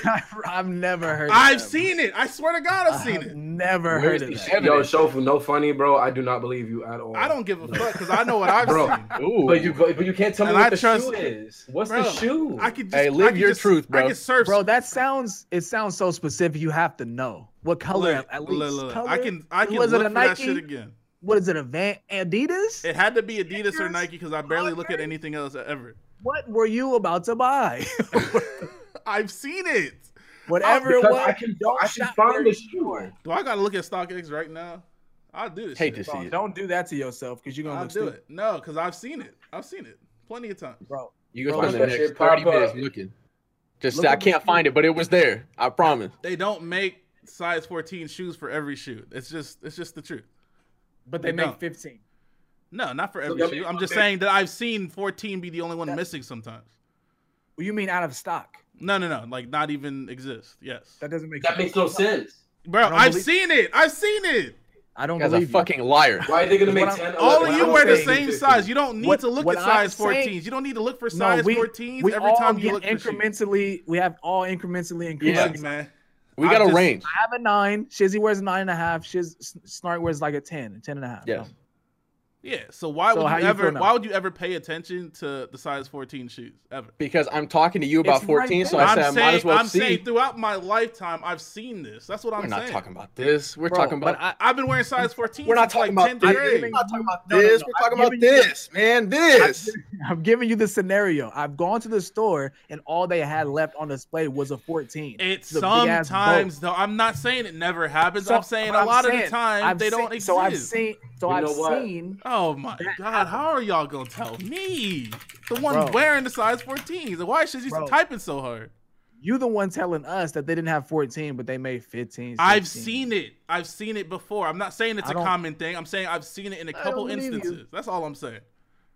I've never heard. I've of that. seen it. I swear to God, I've seen it. Never Where heard is of the that. shit? Yo, Shofu, no funny, bro. I do not believe you at all. I don't give a fuck because I know what I've Bro. seen. Ooh. But you, but but you can't tell me And what I the trust- shoe is. What's Bro, the shoe? I could just Hey, live I could your just- truth, bro. I could search. Bro, that sounds it sounds so specific. You have to know what color Look, at least. look, look, look. Color? I can I can Was it look a for that Nike? shit again. What is it? A Van Adidas? It had to be Adidas or Sneakers? Nike because I barely look at anything else e-, ever. What were you about to buy? I've seen it. Whatever it Because was. I can, don't I can shop where find the you shoe. are. Do I gotta look at StockX right now? I'll do this. Hate shit. to see it. Don't do that to yourself because you're gonna I'll look do stupid, it. No, because I've seen it. I've seen it plenty of times. bro. You can Bro, spend look the that next shit 30 pop up. minutes looking. Just Look say, I at the can't find it, but it was there. I promise. They don't make size 14 shoes for every shoe. It's just it's just the truth. But they make 15. No, not for every that shoe. means- I'm just saying that I've seen 14 be the only one missing sometimes. Well, you mean out of stock? No, no, no. Like not even exist. Yes. That doesn't make That sense. makes no sense. Bro, I don't I've believe- seen it. I've seen it. I don't You guys are believe you. fucking liar. Why are they gonna What make I'm- 10? All 11, of I'm you wear the saying- same 15? size. You don't need What- to look what at size I'm saying- 14s. You don't need to look for No, size we, 14s we every all time you get look for shoes. incrementally. We have all incrementally increased. Yeah. Look, man. We I'm got a just- range. I have a nine. Shizzy wears a nine and a half. Shiz S- Snark wears like a 10, 10 and a half. Yes. Yeah. So why So would how you, you ever? feel now? Why would you ever pay attention to the size 14 shoes ever? Because I'm talking to you about It's right 14, so there. I I'm said I saying, might as well I'm see. saying throughout my lifetime, I've seen this. That's what we're I'm not saying. talking about this. We're Bro, talking about. but I, I've been wearing size 14. we're not since, talking like, about. 10th this. grade. We're not talking about No, no, this. no. We're talking I'm about giving you- this, man. This. I'm giving you the scenario. I've gone to the store and all they had left on display was a 14. It's It's a big-ass sometimes though. I'm not saying it never happens. So- I'm saying a but I'm lot of saying, the time I've they don't seen- exist. So I've seen. So You I've know what? seen. Oh my god, how are y'all gonna tell me? The one Bro. wearing the size 14s. And why is she Bro. typing so hard? You the one telling us that they didn't have 14, but they made 15. I've 16. seen it. I've seen it before. I'm not saying it's I a don't- common thing. I'm saying I've seen it in a I couple don't believe you. instances. That's all I'm saying.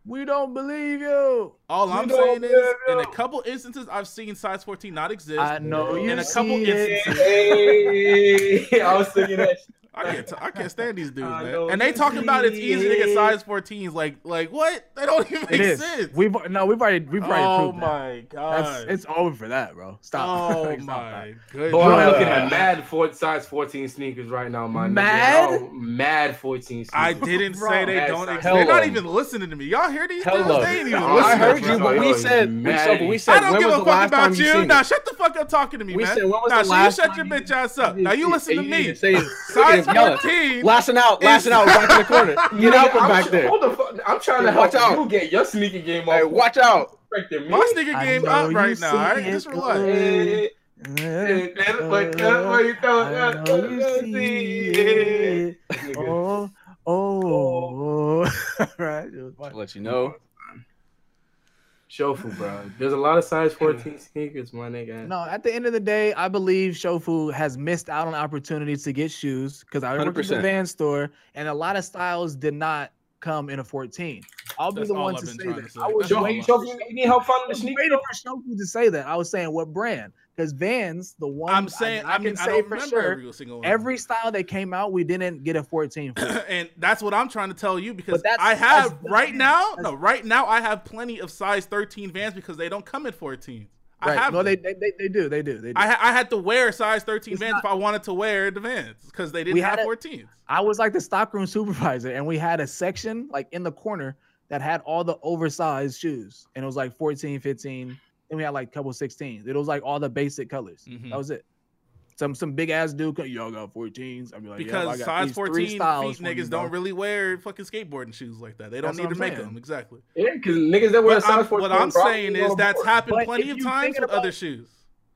We don't believe you. All You I'm don't saying is, believe in a you. couple instances, I've seen size 14 not exist. I know you. in a couple see it. instances. Hey, I was thinking that. I can't. T- I can't stand these dudes, I man. know And they you talking about it's see easy to get it. size 14s. Like, like what? That don't even It make is. sense. We've no, we've already we've already oh proved that. my That's, god. it's over for that, bro. Stop. oh Stop my that. goodness. Boy, I'm Bruh. looking at mad four, size 14 sneakers right now, my nigga. Mad? Oh, mad 14 sneakers. I didn't Bro. say they That's don't not- exist. They're not Hello. even listening to me. Y'all hear these Hello. dudes? They ain't even I I listening. heard bro. you, but we Yo, said, you we said, but we mad. said I don't when give was a the fuck last time about you you. seen Now it? shut the fuck up talking to me, We man. said, when was Now the so you last shut your time bitch ass up. Now you listen to me. Saying, Size yelling, 14. lashing out, lashing out back in the corner. Get out from I'm, back there. Hold the fuck. I'm trying to Hey, help watch out. you get your sneaker game Hey, off. watch out! Respecting me. My sneaker I game know up you right now. see All right, it, just girl. relax. Hey, hey, that's what- that's what you call I that. know you see it. Nigga. Oh, oh, right. let you know. Shofu, bro. There's a lot of size 14 sneakers, my nigga. No, at the end of the day, I believe Shofu has missed out on opportunities to get shoes because I worked at the 100%. van store, and a lot of styles did not come in a 14. I'll be That's the all one I've to been say trying that. to say. I was That's all waiting I've- for Shofu, you need help finding the I was sneaker? waiting for Shofu to say that. I was saying what brand because Vans, the one I'm saying I, I can mean, say don't for remember sure, every single one. every style that came out, we didn't get a 14. for. and that's what I'm trying to tell you because But that's- I have that's- right now. that's- No, right now I have plenty of size 13 Vans because they don't come in 14s. I Right? have. No, them. they, they they they do they do they do. I, ha- I had to wear size 13 It's Vans if I wanted to wear the Vans because they We didn't had have a- 14s. I was like the stockroom supervisor, and we had a section like in the corner that had all the oversized shoes, and it was like 14, 15. Then we had like a couple 16s. It was like all the basic colors. Mhm. Mm-hmm. That was it. Some some big ass dude, come, y'all got 14s. I'd be like, yeah, I Because got size these three 14 feet styles for niggas you, bro." don't really wear fucking skateboarding shoes like that. They don't That's need to what I'm make saying. them exactly. Yeah, because niggas that wear But size I'm- 14 what I'm probably saying ain't is on that's board. happened But plenty if of you times thinking with other about- shoes.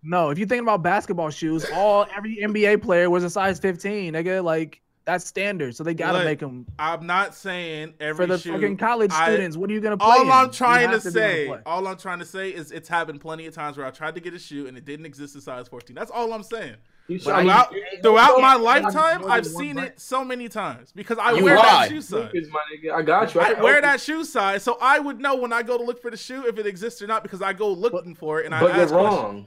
No, if you thinking about basketball shoes, all every NBA player was a size 15, nigga. Like that's standard, so they gotta Look, make them I'm not saying every for the shoe. fucking college I- students. what are you gonna play? in? all I'm You trying to have be able say, play. all I'm trying to say is it's happened plenty of times where I tried to get a shoe and it didn't exist in size 14. That's all I'm saying. You But should- throughout- you- Throughout Yeah, my but I'm lifetime, more I've than one seen brand. it so many times because I You wear lie. that shoe size. sneakers, my nigga. I got you. I can wear help that shoe size, so I would know when I go to look for the shoe if it exists or not because I go looking for it you. and I But you're ask questions. wrong.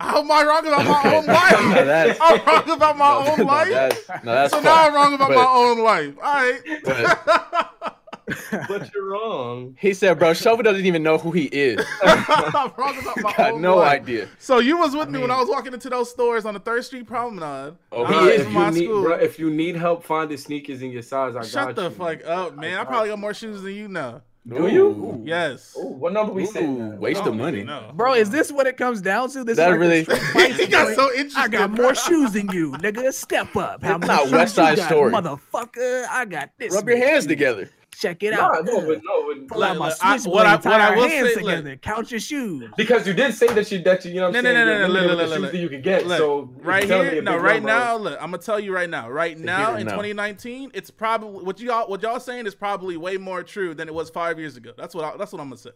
How am I wrong about my own Now life? that's- I'm wrong about my own no, life. that's- No, that's So fucked. now I'm wrong about my But- own life. All right. but But you're wrong. He said, "Bro, Shovel doesn't even know who he is. I'm wrong about my Got own no life. idea." So you was with me when mean- I was walking into those stores on the Third Street Promenade. Oh, I he was is in if, my you need, school. bruh, if you need help finding sneakers in your size, I Shut got the you. fuck up, man. I, got probably you. got more shoes than you know. Do you? Ooh. Yes. Oh, Ooh, what number we Ooh, said? waste I of don't money. even know. Bro, is this what it comes down to? This That is like a really- straight fight he got between- so interested. I got bro. more shoes than you, nigga. Step up. How It's much not shoes West you Side got, Story. motherfucker. I got this. Rub your many hands shoes. together. Check it Nah, out. no, but no, but Pull out Look, my look, I- switchblade. what I- tie what I our will hands say, look. together. Count your shoes. because you did say that you that you, you know what I'm No, no, saying. no, you're no, no, limited no, with no, the no, shoes that you could get. Look, so if you right tell me a here, big no, right number, now. Look, I'm gonna tell you right now. Right now, it in now. 2019, it's probably what you all what y'all saying is probably way more true than it was five years ago. That's what I, that's what I'm gonna say.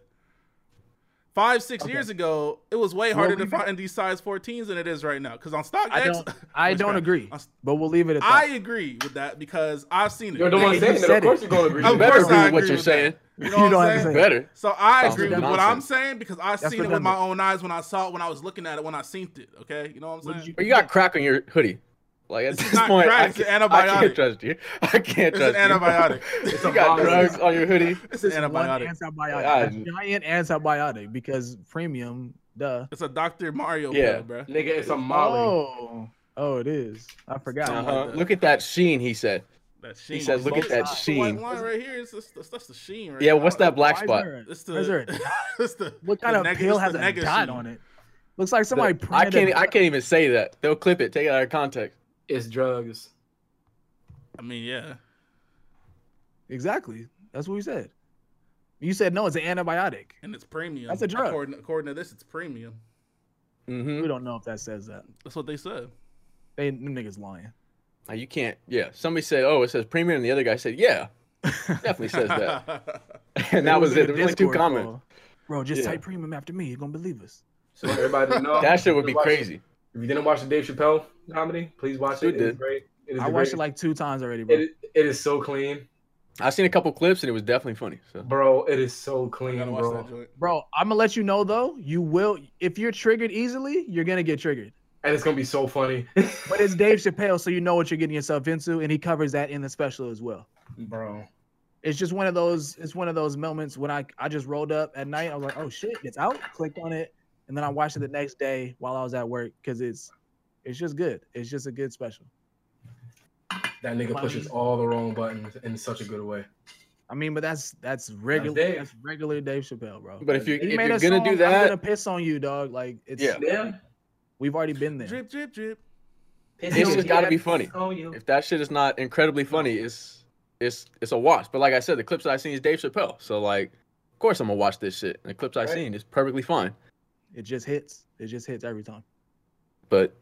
Five six Okay. years ago, it was way Well, harder we to got- find these size 14s than it is right now. Because on StockX, I don't. I Which don't crap? agree. On- But we'll leave it at I that. agree with that because I've seen it. You're the one You saying that. said Of course it. you're gonna agree. Of You with better course agree I with what agree you're with saying. You know You what don't I'm have to saying? say. it. Better. So I Sounds agree with redundant. what I'm saying because I seen it with redundant. my own eyes when I saw it when I was looking at it when I seen it. Okay, you know what I'm What saying? did you- But you got crack on your hoodie. Like at This is this not point, crack, I it's an can't- I antibiotic. can't trust you. I can't It's an trust you. antibiotic. It's you a got bottle. drugs on your hoodie. It's an This one antibiotic. antibiotic. I- a giant antibiotic because premium. Duh. It's a Dr. Mario Yeah. pill, bro. Nigga, it's a Molly. Oh. Oh, it is. I forgot. Sound Uh-huh. that. Look at that sheen, he said. That sheen. He said, "Look at that It's the sheen." White line right here. It's, it's, that's, that's the sheen. Right Yeah, now. what's that black Why is spot? there a- It's the. why is there a it's the What the kind of neg- pill it's has the a nega dot sheen. on it? Looks like somebody. The- I printed can't. e- a- I can't even say that. They'll clip it. Take it out of context. It's drugs. I mean, yeah. Exactly. That's what we said. You said no. It's an antibiotic. And it's premium. That's a drug. According, according to this, it's premium. Mm-hmm. We don't know if that says that. That's what they said. They them niggas lying. You can't. Yeah. Somebody said, "Oh, it says premium," and the other guy said, "Yeah, definitely says that." and that was it. There was only two Discord comments. call. Bro, just Yeah. type premium after me. You're gonna believe us. So everybody know That shit would If be you watch- crazy. If you didn't watch the Dave Chappelle comedy, please watch Dude it. It is did. great. It is I the watched it great- like two times already, bro. it, it is so clean, I've seen a couple clips and it was definitely funny. So bro. It is so I clean, gotta watch bro. that joint. Bro, I'm gonna let you know though. You will if you're triggered easily, you're gonna get triggered. And it's gonna be so funny, But it's Dave Chappelle, so you know what you're getting yourself into, and he covers that in the special as well. bro. It's just one of those. It's one of those moments when I I just rolled up at night. I was like, oh shit, it's out. Clicked on it, and then I watched it the next day while I was at work because it's it's just good. It's just a good special. That nigga pushes all the wrong buttons in such a good way. I mean, but that's that's regular. Dave. That's regular Dave Chappelle, bro. But if you He if made you're a gonna song, do I'm that, gonna piss on you, dog. Like it's Yeah. Yeah, we've already been there. Drip, drip, drip. This has gotta be funny. Oh, you. if that shit is not incredibly funny, it's it's it's a watch. But like I said, the clips that I seen is Dave Chappelle. So like, of course I'm gonna watch this shit. And the clips I Right. seen is perfectly fine. It just hits. It just hits every time. But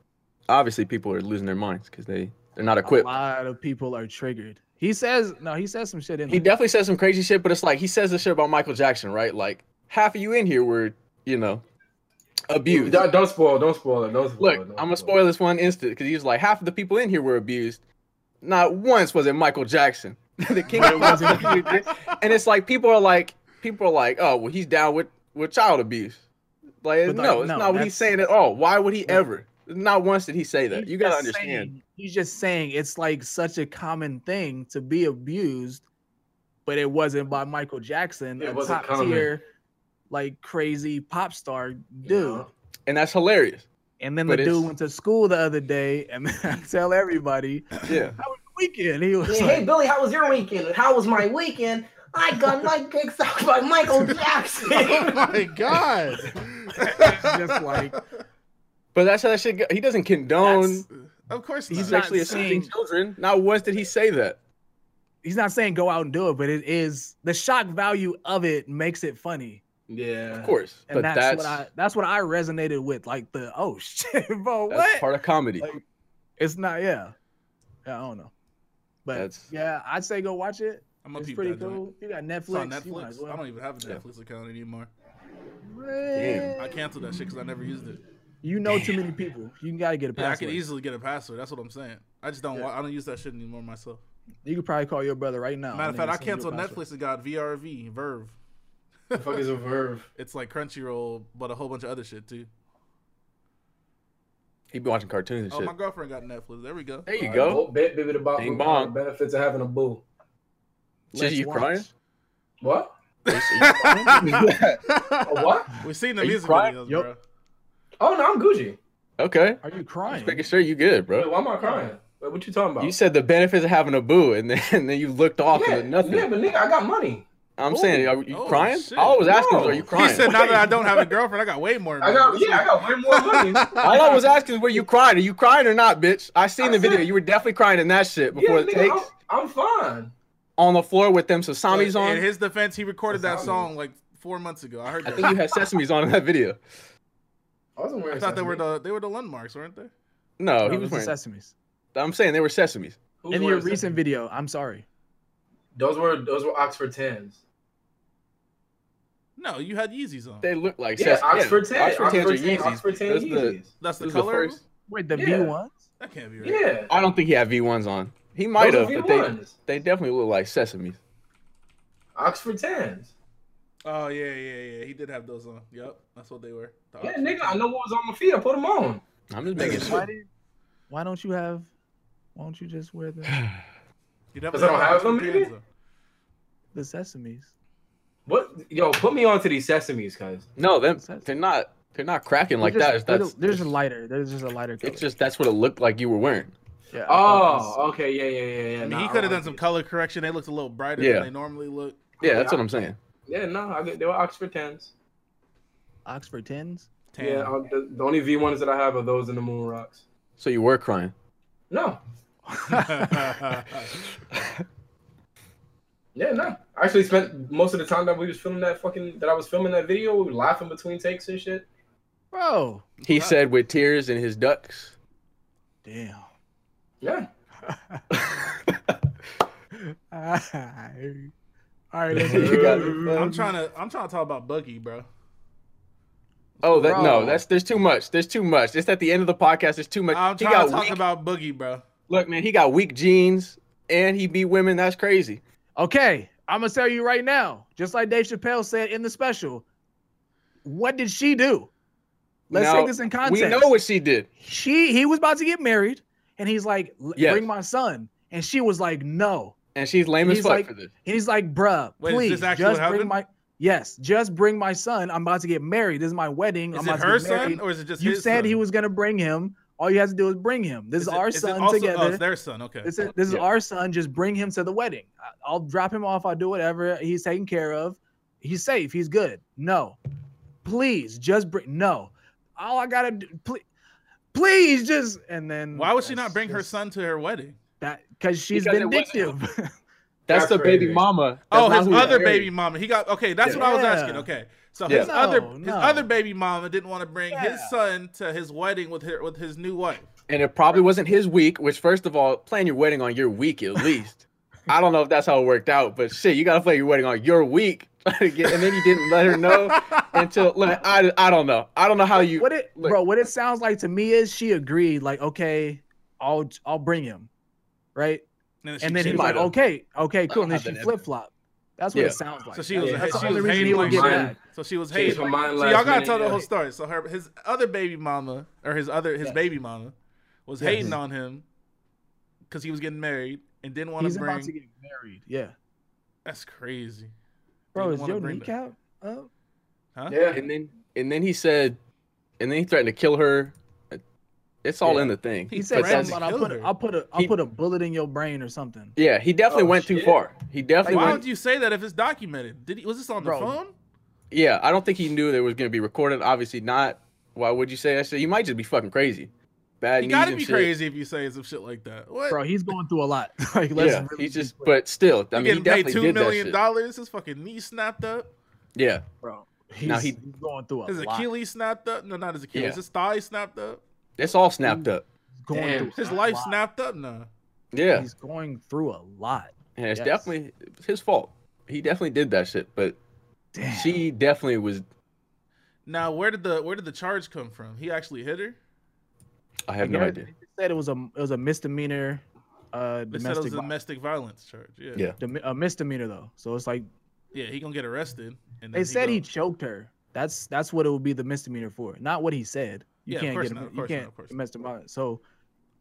obviously people are losing their minds because they they're not equipped. A lot of people are triggered. He says no. He says some shit in. He there. definitely says some crazy shit, but it's like he says this shit about Michael Jackson, right? Like half of you in here were you know abused. Don't, don't spoil. Don't spoil it. Don't spoil Look, it. I'm don't gonna spoil this one instant because he was like, half of the people in here were abused. Not once was it Michael Jackson, the king of pop music. And it's like people are like, people are like, oh, well, he's down with with child abuse. Like, But, like, no, it's no, not what he's that's- saying at all. Why would he No. ever? Not once did he say that. He's you gotta just understand. saying- he's just saying it's like such a common thing to be abused, but it wasn't by Michael Jackson, It a wasn't top common. tier, like crazy pop star dude. You know? And that's hilarious. And then But the dude it's- went to school the other day, and then I tell everybody Yeah. weekend he was Yeah, hey like, Billy, how was your weekend? How was my weekend? I got my dick sucked by Michael Oh Jackson. my god. just like- But that's how that shit go. He doesn't condone That's- Of course he's not. not sexually assaulting saying- children. Not once did he say that. he's not saying go out and do it, but it is the shock value of it makes it funny. Yeah. Of course. and But that's, that's what I that's what I resonated with. Like the oh shit, bro, that's what? part of comedy. Like, it's not yeah. yeah. I don't know, but That's- yeah, I'd say go watch it. I'm gonna It's peep pretty that joint. cool. You got It's on Netflix. you might as Netflix. well. I don't even have a Yeah. Netflix account anymore. Damn. I canceled that shit because I never used it. You know too many people. You gotta get a Yeah, I password. could easily get a password. That's what I'm saying. I just don't. Yeah. wa I don't use that shit anymore myself. you could probably call your brother right now. Matter of and then fact, I send you a canceled password. Netflix and got VRV, Verve. The fuck is a verve? It's like Crunchyroll, but a whole bunch of other shit too. He'd be watching cartoons and Oh, shit. my girlfriend got Netflix. There we go. there you All right, go. well, ba- baby, the bo- Bing bong. benefits of having a boo. Shit, you watch. crying? What? A what? We've seen the Are you music crying? videos, Yup. bro. Oh no, I'm Gucci. Okay. Are you Just crying? making sure you good, Wait, bro. why am I crying? Wait, what you talking about? You said the benefits of having a boo, and then, and then you looked off yeah, and nothing. yeah, but nigga, I got money. I'm Oh, saying, are you oh, crying? shit. I always asked him, No. are you He crying? He said, "Now that I don't have a girlfriend, I got way more." I got yeah, I got way more money. all I was asking is, were you crying? Are you crying or not, bitch? I seen I the video. said- You were definitely crying in that shit before yeah, the nigga, takes I'm, I'm fine. on the floor with them Sasamis But on. In his defense, he recorded that Sasamis. song like four months ago. I heard I that. think you had Sesame's on in that video. I wasn't wearing. I thought they were sesame. the they were the landmarks, weren't they? No, No, he it was the wearing. Sesame's. I'm saying they were Sesame's. Who's In your wearing recent sesame? video, I'm sorry. Those were those were Oxford tens. No, you had Yeezys on. They look like Yeah, Ses- Oxford yeah, ten. Oxford tens are Yeezys. Oxford ten That's the- Yeezys. That's the Those are the color. of first- them? Wait, the Yeah. B ones? that can't be right. Yeah. I don't think he had V1s on. He might have, Those are but they, V1s. they definitely look like Sesame's. Oxford tens. Oh yeah, yeah, yeah. He did have those on. Yep, that's what they were. The Yeah, Oxford nigga, I tens. know what was on my feet. I put them on. I'm just making Why, sure. did, why don't you have? Why don't you just wear the You never 'Cause I don't had have them, Oxford maybe? tens, the Sesame's? What? Yo, put me on to these sesames, cuz. No, them Sesame's. they're not they're not cracking like They're that. just- It's- they're That's the- There's a lighter. There's just a lighter color. It's just that's what it looked like you were wearing. yeah, I Oh, thought this- okay, yeah, yeah, yeah, yeah. though. I mean, nah, he I could have like done some it. color correction. They looked a little brighter Yeah. than they normally look. Yeah, that's what I'm saying. Yeah, no, I, get- they were Oxford tens. Oxford tens. Tan. Yeah, I'll, the, the only V ones that I have are those in the moon rocks. So you were crying. No, yeah, no. I actually spent most of the time that we was filming that fucking that I was filming that video. We were laughing between takes and shit. Bro, He Wow. said with tears in his ducks. damn. Yeah, All right, let's You got go. it. I'm trying to I'm trying to talk about Buggy, bro. Oh, that Bro. no, that's there's too much. There's too much. It's at the end of the podcast. There's too much. I'm he trying got to talk weak, about Boogie, bro. look, man. He got weak genes, and he beat women. That's crazy. Okay, I'm gonna tell you right now, just like Dave Chappelle said in the special, what did she do? Let's Now, take this in context. We know what she did. she he was about to get married, and he's like, "L- Yes. "Bring my son," and she was like, "No," And she's lame And as he's fuck like- for this. and he's like, "Bruh, Wait, is please, this actually just what bring happened? my yes, just bring my son. I'm about to get married. This is my wedding. Is it I'm about her to get married. son or is it just you his said son? he was gonna bring him. All you have to do is bring him. This is, it- our it son also- together. Oh, it's their son. Okay. This is this is Yeah. our son. Just bring him to the wedding. I- I'll drop him off. I'll do whatever. He's taken care of. He's safe. He's good. No, please just bring. No, all I gotta do. Please, please just. And then Why would she that's not bring her just son to her wedding? That because she's Because it wasn't- vindictive. That's, That's the baby crazy. mama. That's Oh, not his who he other married. baby mama. He got okay. That's Yeah. what I was Yeah. asking. Okay, so Yeah. his other No, his no. other baby mama didn't want to bring his Yeah. son to his wedding with her with his new wife. And it probably wasn't his week. Which, first of all, plan your wedding on your week at least. I don't know if that's how it worked out, but shit, you gotta plan your wedding on your week. and then you didn't let her know until look, I, I don't know. I don't know how you what it, look- bro? What it sounds like to me is she agreed. Like, okay, I'll I'll bring him, right? And, And then she he was like, might have. okay, okay, cool. And then have she that flip flop. That's what Yeah. it sounds like. So she was- that's she the only was reason he hating would like get mine. back. so she was Changed hating. my mind So last y'all gotta minute, tell the yeah. whole story. So her his other baby mama or his other his Yes. baby mama was Yes. hating on him because he was getting married and didn't want He's to about bring. to get married. Yeah. That's crazy. Bro, Didn't is wanna your bring that. kneecap up? Huh? Yeah. and then and then he said and then he threatened to kill her. It's all Yeah. in the thing. He But said something that's- about I'll killed put, her. a, I'll put a I'll He- put a bullet in your brain or something. Yeah, he definitely Oh, went too shit. far. He definitely Why went would you say that if it's documented? Did he was this on the Bro. phone? Yeah, I don't think he knew that it was gonna be recorded. Obviously not. Why would you say that shit? You might just be fucking crazy. Bad You knees gotta and be shit. crazy if you say some shit like that. What? Bro, he's going through a lot. like let's Yeah, really he just be clear, but still, I mean You he getting paid definitely two did that million shit. dollars. His fucking knee snapped up. Yeah. bro. He's, now he- he's going through a His lot. Achilles snapped up. No, not his Achilles. Yeah. His thigh snapped up. It's all snapped up. He's going Damn, through His a life lot. snapped up now. Yeah. He's going through a lot. And it's Yes. definitely his fault. He definitely did that shit, but Damn. she definitely was Now, where did the where did the charge come from? He actually hit her. I have no Garrett idea. said it was a it was a misdemeanor, uh, They said it domestic, was a vi- domestic violence charge. Yeah. Yeah. domi- a misdemeanor though. So it's like Yeah, He gonna get arrested. And they then said he gonna- choked her. That's that's what it would be the misdemeanor for, not what he said. You Yeah, of can't course get not, him. of You course not, can't of course not. domestic violence. So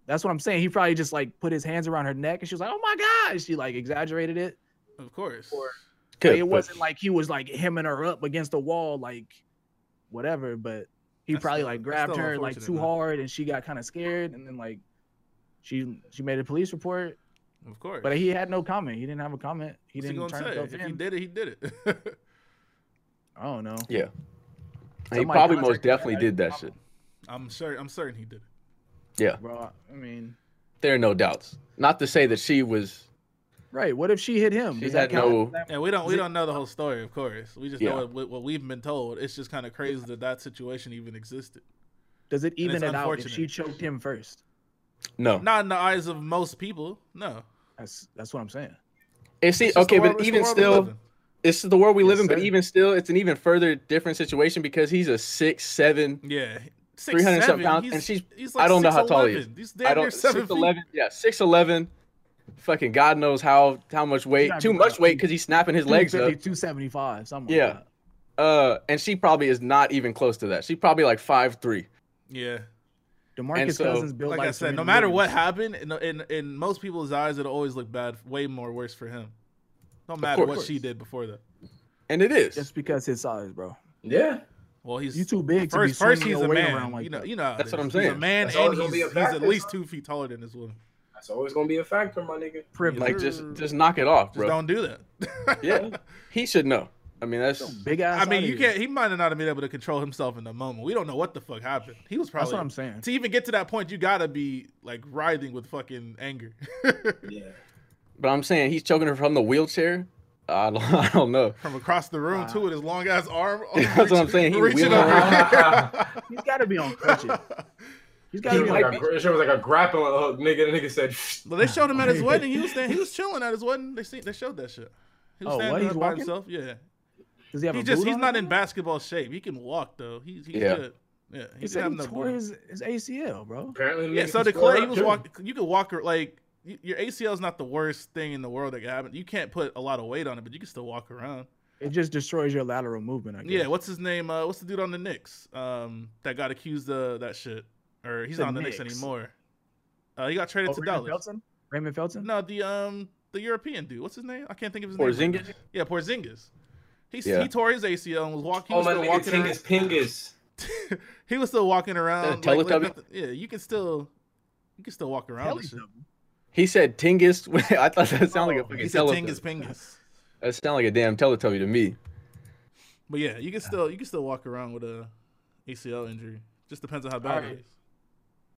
that's what I'm saying. He probably just like put his hands around her neck, and she was like, "Oh my god!" She like exaggerated it. Of course. Or- Could, Like, it but- wasn't like he was like hemming her up against the wall, like whatever. But he That's probably still- like that's grabbed still her like unfortunate, too man. hard, and she got kind of scared, and then like she she made a police report. Of course. But he had no comment. He didn't have a comment. He What's he didn't gonna turn say? himself If he in. did it, he did it. I don't know. Yeah. He Somebody probably contacted most definitely that did that problem. shit. I'm sure. I'm certain he did it. Bro, I mean, There are no doubts. Not to say that she was right. What if she hit him? She Does had that count? no- That- And we don't we Is it- don't know the whole story, of course. We just Yeah. know what, what we've been told. It's just kind of crazy that that situation even existed. Does it even it's it out if unfortunate. she choked him first? no. Not in the eyes of most people. No. That's that's what I'm saying. And see, It's just the okay, world- but it's the even world we live still, in. it's the world we live Yes, in. But sir. even still, it's an even further different situation because he's a six seven. yeah, six, 307 seven, pounds, he's- and she's- he's I don't know how tall he is. 6'11". He's I damn near don't seven six feet. eleven. Yeah, six eleven. Fucking God knows how how much weight. gotta Too be much about weight because he's snapping his legs up. 250, 275, something Yeah. like that. Uh, and she probably is not even close to that. She probably like five three. Yeah, DeMarcus so, Cousins built like, like, I said, no Serena matter what Williams. happened, in, in in most people's eyes, it'll always look bad. Way more worse for him. No matter what course. she did before that. And it is. Just because his size, bro. Yeah. Well, he's You too big to be first. First, swinging he's your a weight man. around like you know, that. you know. how That's it what is. I'm He's a saying. man, That's and always gonna he's, be a he's at factor, son. least two feet taller than this woman. That's always gonna be a factor, my nigga. Privilege. like just Brr. just knock it off, Just bro. don't do that. Yeah. He should know. I mean, that's big ass. I mean, outta you here. can't. He might not have been able to control himself in the moment. We don't know what the fuck happened. He was That's probably what I'm saying. to even get to that point. You gotta be like writhing with fucking anger. Yeah. But I'm saying he's choking her from the wheelchair. I don't, I don't know. From across the room too, with his long ass arm. That's what I'm saying. He reaching wheeling over. He's got to be on crutches. He's got to It was be on like a, gra- shit was like a grappling hook, nigga. The nigga said, but they showed him at his wedding. He was standing. He was chilling at his wedding. They seen. They showed that shit. He was Oh, what? standing He's up by walking? himself. Yeah. Does he have He a just boot he's on not him? in basketball shape. He can walk though. He's, he's Yeah. good. Yeah, he doesn't He have said he no tore boot. his, his ACL, bro. Apparently, the Yeah, nigga so can did score Clay. He up, was too. walking. You could walk or like y- your ACL is not the worst thing in the world that can happen. You can't put a lot of weight on it, but you can still walk around. It just destroys your lateral movement. I guess. Yeah, what's his name? Uh, what's the dude on the Knicks? Um, that got accused of that shit, or he's The not on the Knicks, Knicks. anymore. Uh, he got traded Oh, to Raymond Dallas. Felton? Raymond Felton? No, the um the European dude. What's his name? I can't think of his name. Porzingis. Yeah, Porzingis. He s- Yeah. he tore his ACL and was walking. Oh, my nigga, walking around. Tingus Pingus. he was still walking around. Yeah, like- like Teletubby. nothing- yeah, you can still you can still walk around. and shit. He said Tingus. I thought that sounded like a He fucking said Teletubby. Tingus Pingus. That sounded like a damn Teletubby to me. But yeah, you can still you can still walk around with a ACL injury. Just depends on how bad Alright. it is.